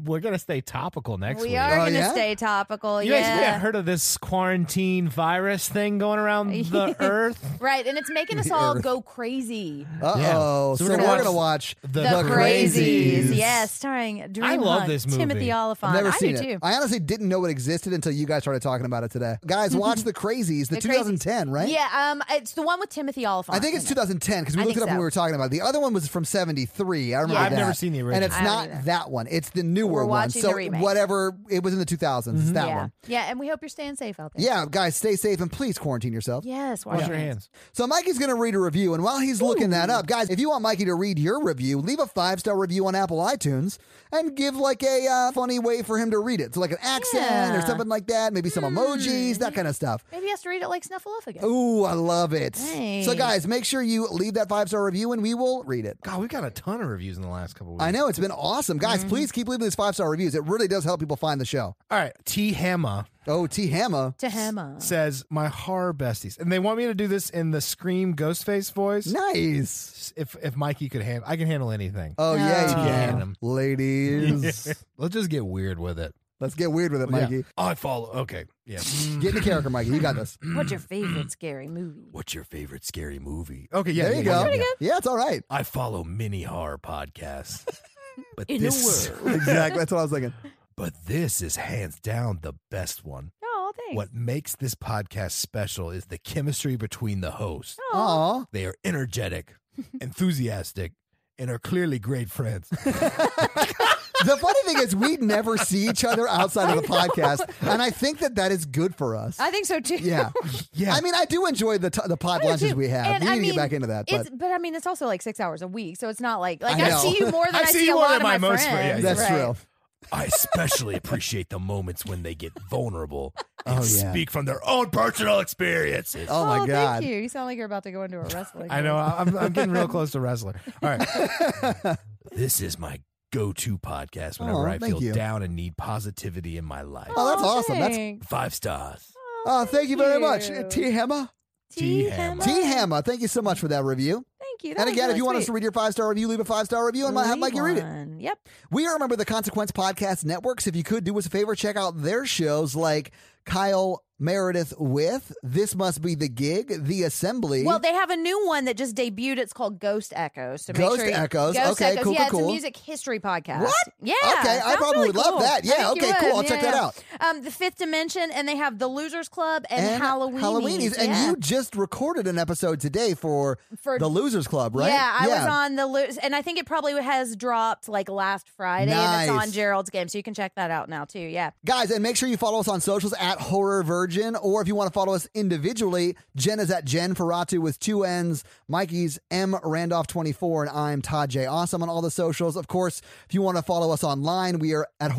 We're gonna stay topical next
we
week.
are
Oh,
gonna
yeah?
stay topical.
You guys
yeah.
may have heard of this quarantine virus thing going around the earth.
Right, and it's making us
The
all
Earth.
go crazy.
Uh oh! So,
So we're
we're
gonna
gonna watch.
The,
The
Crazies.
Crazies.
yes, starring Dream
I love
Hunt,
this
Timothy
movie.
Oliphant.
I've never
I
seen
do
it.
too.
I honestly didn't know it existed until you guys started talking about it today. Guys, watch The Crazies, the,
The Crazies.
2010, right?
Yeah, um, it's the one with Timothy Oliphant.
I think it's
in it.
2010 because we
I
looked
think
it up when
so.
we were talking about it. The other one was from 73. I remember
Yeah. I've
that.
never seen the
And
original.
it's
I
not
haven't either.
that one. It's the newer
We're
one.
watching
So
the remake.
whatever, it was in the 2000s. It's that
yeah.
one.
Yeah, and we hope you're staying safe out there.
Yeah, guys, stay safe and please quarantine yourself.
Yes, wash,
Wash your hands.
So Mikey's going to read a review, and while he's looking that up, guys, if you want Mikey to read your review, leave a five star review on Apple iTunes and give like a uh, funny way for him to read it, so like an accent or
Yeah. Hmm.
something like that, maybe some emojis, that kind of stuff.
Maybe he has to read it like Snuffleupagus.
Ooh, I love it.
Nice.
So guys, make sure you leave that five star review, and we will read it.
God, we got a ton of reviews in the last couple weeks.
I know it's been awesome, guys.
Mm-hmm.
Please keep leaving these five star reviews. It really does help people find the show.
All right, T. Hama
Oh, T Hammer,
To Hema.
says my horror besties, and they want me to do this in the scream Ghostface voice.
nice.
If if Mikey could handle, I can handle anything.
Oh yeah,
Oh.
you
Yeah.
can. ladies.
Let's just get weird with it.
Let's get weird with it, Mikey.
I follow. Okay, yeah.
Get in the character, Mikey. You got this.
What's your favorite scary movie?
What's your favorite scary movie? Okay, yeah,
there you
yeah,
go.
yeah, yeah.
Yeah, it's all right.
I follow mini horror podcasts, but
In a
this,
exactly. That's what I was thinking.
but this is hands down the best one.
Oh, thanks.
What makes this podcast special is the chemistry between the hosts.
Oh,
Aw.
They are energetic, enthusiastic, and are clearly great friends.
The funny thing is, we never see each other outside of the podcast, and I think that that is good for us.
I think so too.
yeah.
Yeah.
I mean, I do enjoy the t- the pod
I do,
lunches
too.
we have.
And
we need
I
to get
mean,
back into that,
It's,
but
but I mean, it's also like six hours a week, so it's not like like
I
I,
know.
see you more than I,
I see
a
you more
lot
than
of
my
my,
most- yeah,
friends.
yeah,
that's
right.
true.
I especially appreciate the moments when they get vulnerable and
Oh, yeah.
speak from their own personal experiences.
Oh my god.
Thank you. You sound like you're about to go into a wrestling.
I know. I'm, I'm getting real close to wrestler. All right. this is my go-to podcast whenever
Oh,
I
thank
feel
you.
down and need positivity in my life.
Oh, that's awesome. That's-
Five stars.
Oh, thank you very much, T Hammer.
T
T-Hammer.
T Hammer, thank you so much for that review.
Thank you.
and again, if you want us to read your five star review, leave a five star review and have Mikey read it.
Yep.
We are a member of the Consequence Podcast Networks. If you could do us a favor, check out their shows like Kyle Meredith with This Must Be the Gig, The Assembly.
Well, they have a new one that just debuted. It's called Ghost Echoes. So make
Ghost
sure you-
Echoes.
Ghost
Okay,
Echoes.
cool,
Yeah,
cool,
it's
cool.
a music history podcast.
What?
Yeah.
Okay, I
sounds
probably
really
would love
cool.
that.
I
Yeah,
think you
okay, cool.
would.
I'll check
Yeah,
that
yeah.
out.
Um, the Fifth Dimension, and they have the Losers Club and, Halloween.
Halloweenies. And you just recorded an episode today for,
For-
the Losers Club, right?
Yeah, I was on the loose, and I think it probably has dropped like last Friday, and it's
Nice.
on Gerald's game, so you can check that out now too. Yeah,
Guys, and make sure you follow us on socials at Horror Virgin, or if you want to follow us individually, Jen is at Jen Ferratu with two N's, Mikey's M Randolph 24, and I'm Todd J. Awesome on all the socials. Of course, if you want to follow us online, we are at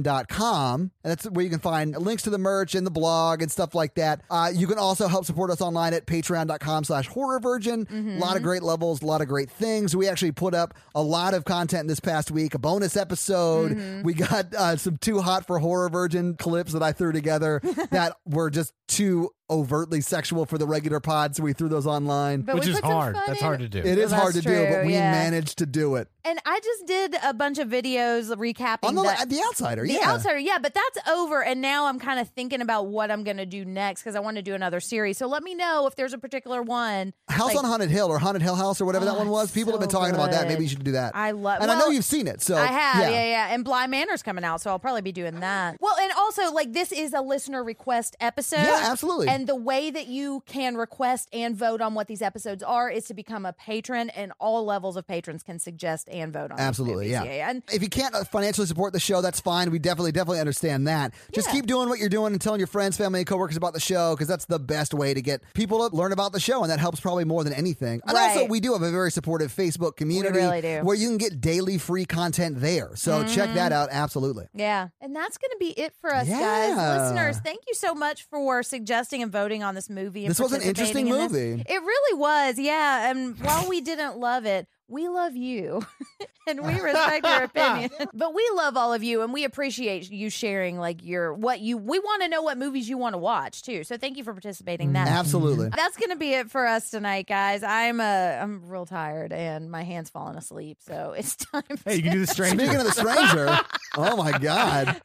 horrorvirgin.com. And that's where you can find links to the merch and the blog and stuff like that. Uh, you can also help support us online at patreon.com slash horror virgin.
Mm-hmm.
A lot of great levels, a lot of great things. We actually put up a lot of content this past week, a bonus episode.
Mm-hmm.
We got uh, some too hot for horror virgin clips that I threw together that were just too overtly sexual for the regular pod. So we threw those online.
but
which
we
is
put some
hard.
fun
That's
in-
hard to do.
It is
That's
hard to do,
true,
but we
yeah.
managed to do it.
And I just did a bunch of videos recapping
On the,
the-
at the outsider,
The
yeah.
Outsider, yeah, but that's over, and now I'm kind of thinking about what I'm going to do next because I want to do another series. So let me know if there's a particular one.
House
like-
on Haunted Hill or Haunted Hill House or whatever
Oh,
that one was.
it's
People have been
so
talking about that.
good.
Maybe you should do that.
I love-
And I know
well,
you've seen it, so
I have, yeah. yeah, And Bly Manor's coming out, so I'll probably be doing that. Well, and also like this is a listener request episode.
Yeah, absolutely.
And the way that you can request and vote on what these episodes are is to become a patron, and all levels of patrons can suggest and vote on these
Absolutely,
movies.
yeah.
And
If you can't uh, financially support the show, that's fine. We definitely, definitely understand that. Just
Yeah.
keep doing what you're doing and telling your friends, family, and coworkers about the show because that's the best way to get people to learn about the show, and that helps probably more than anything. And also,
Right.
we do have a very supportive Facebook community
really do. Mm-hmm.
where you can get daily free content there. So check that out. Absolutely.
Yeah. And that's going to be it for us,
Yeah.
guys. Listeners, thank you so much for suggesting and voting on this movie. And
This was an
participating
interesting
in this.
movie.
It really was. Yeah. And while we didn't love it, we love you and we respect your opinion. But we love all of you and we appreciate you sharing, like, your what you we want to know what movies you want to watch, too. So thank you for participating in that.
Absolutely.
That's gonna be it for us tonight, guys. I'm uh, I'm real tired and my hands falling asleep, so it's time.
Hey, you can do the stranger.
Speaking of the stranger, oh my God.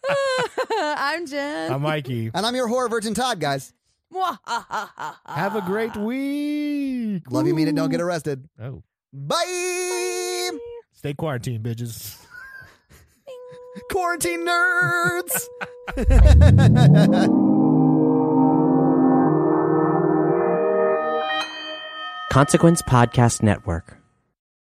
I'm Jen.
I'm Mikey.
And I'm your horror virgin Todd, guys.
Have a great week.
Love you, mean it, don't get arrested.
Oh,
Bye.
stay quarantined, bitches.
Quarantine nerds.
Consequence Podcast Network.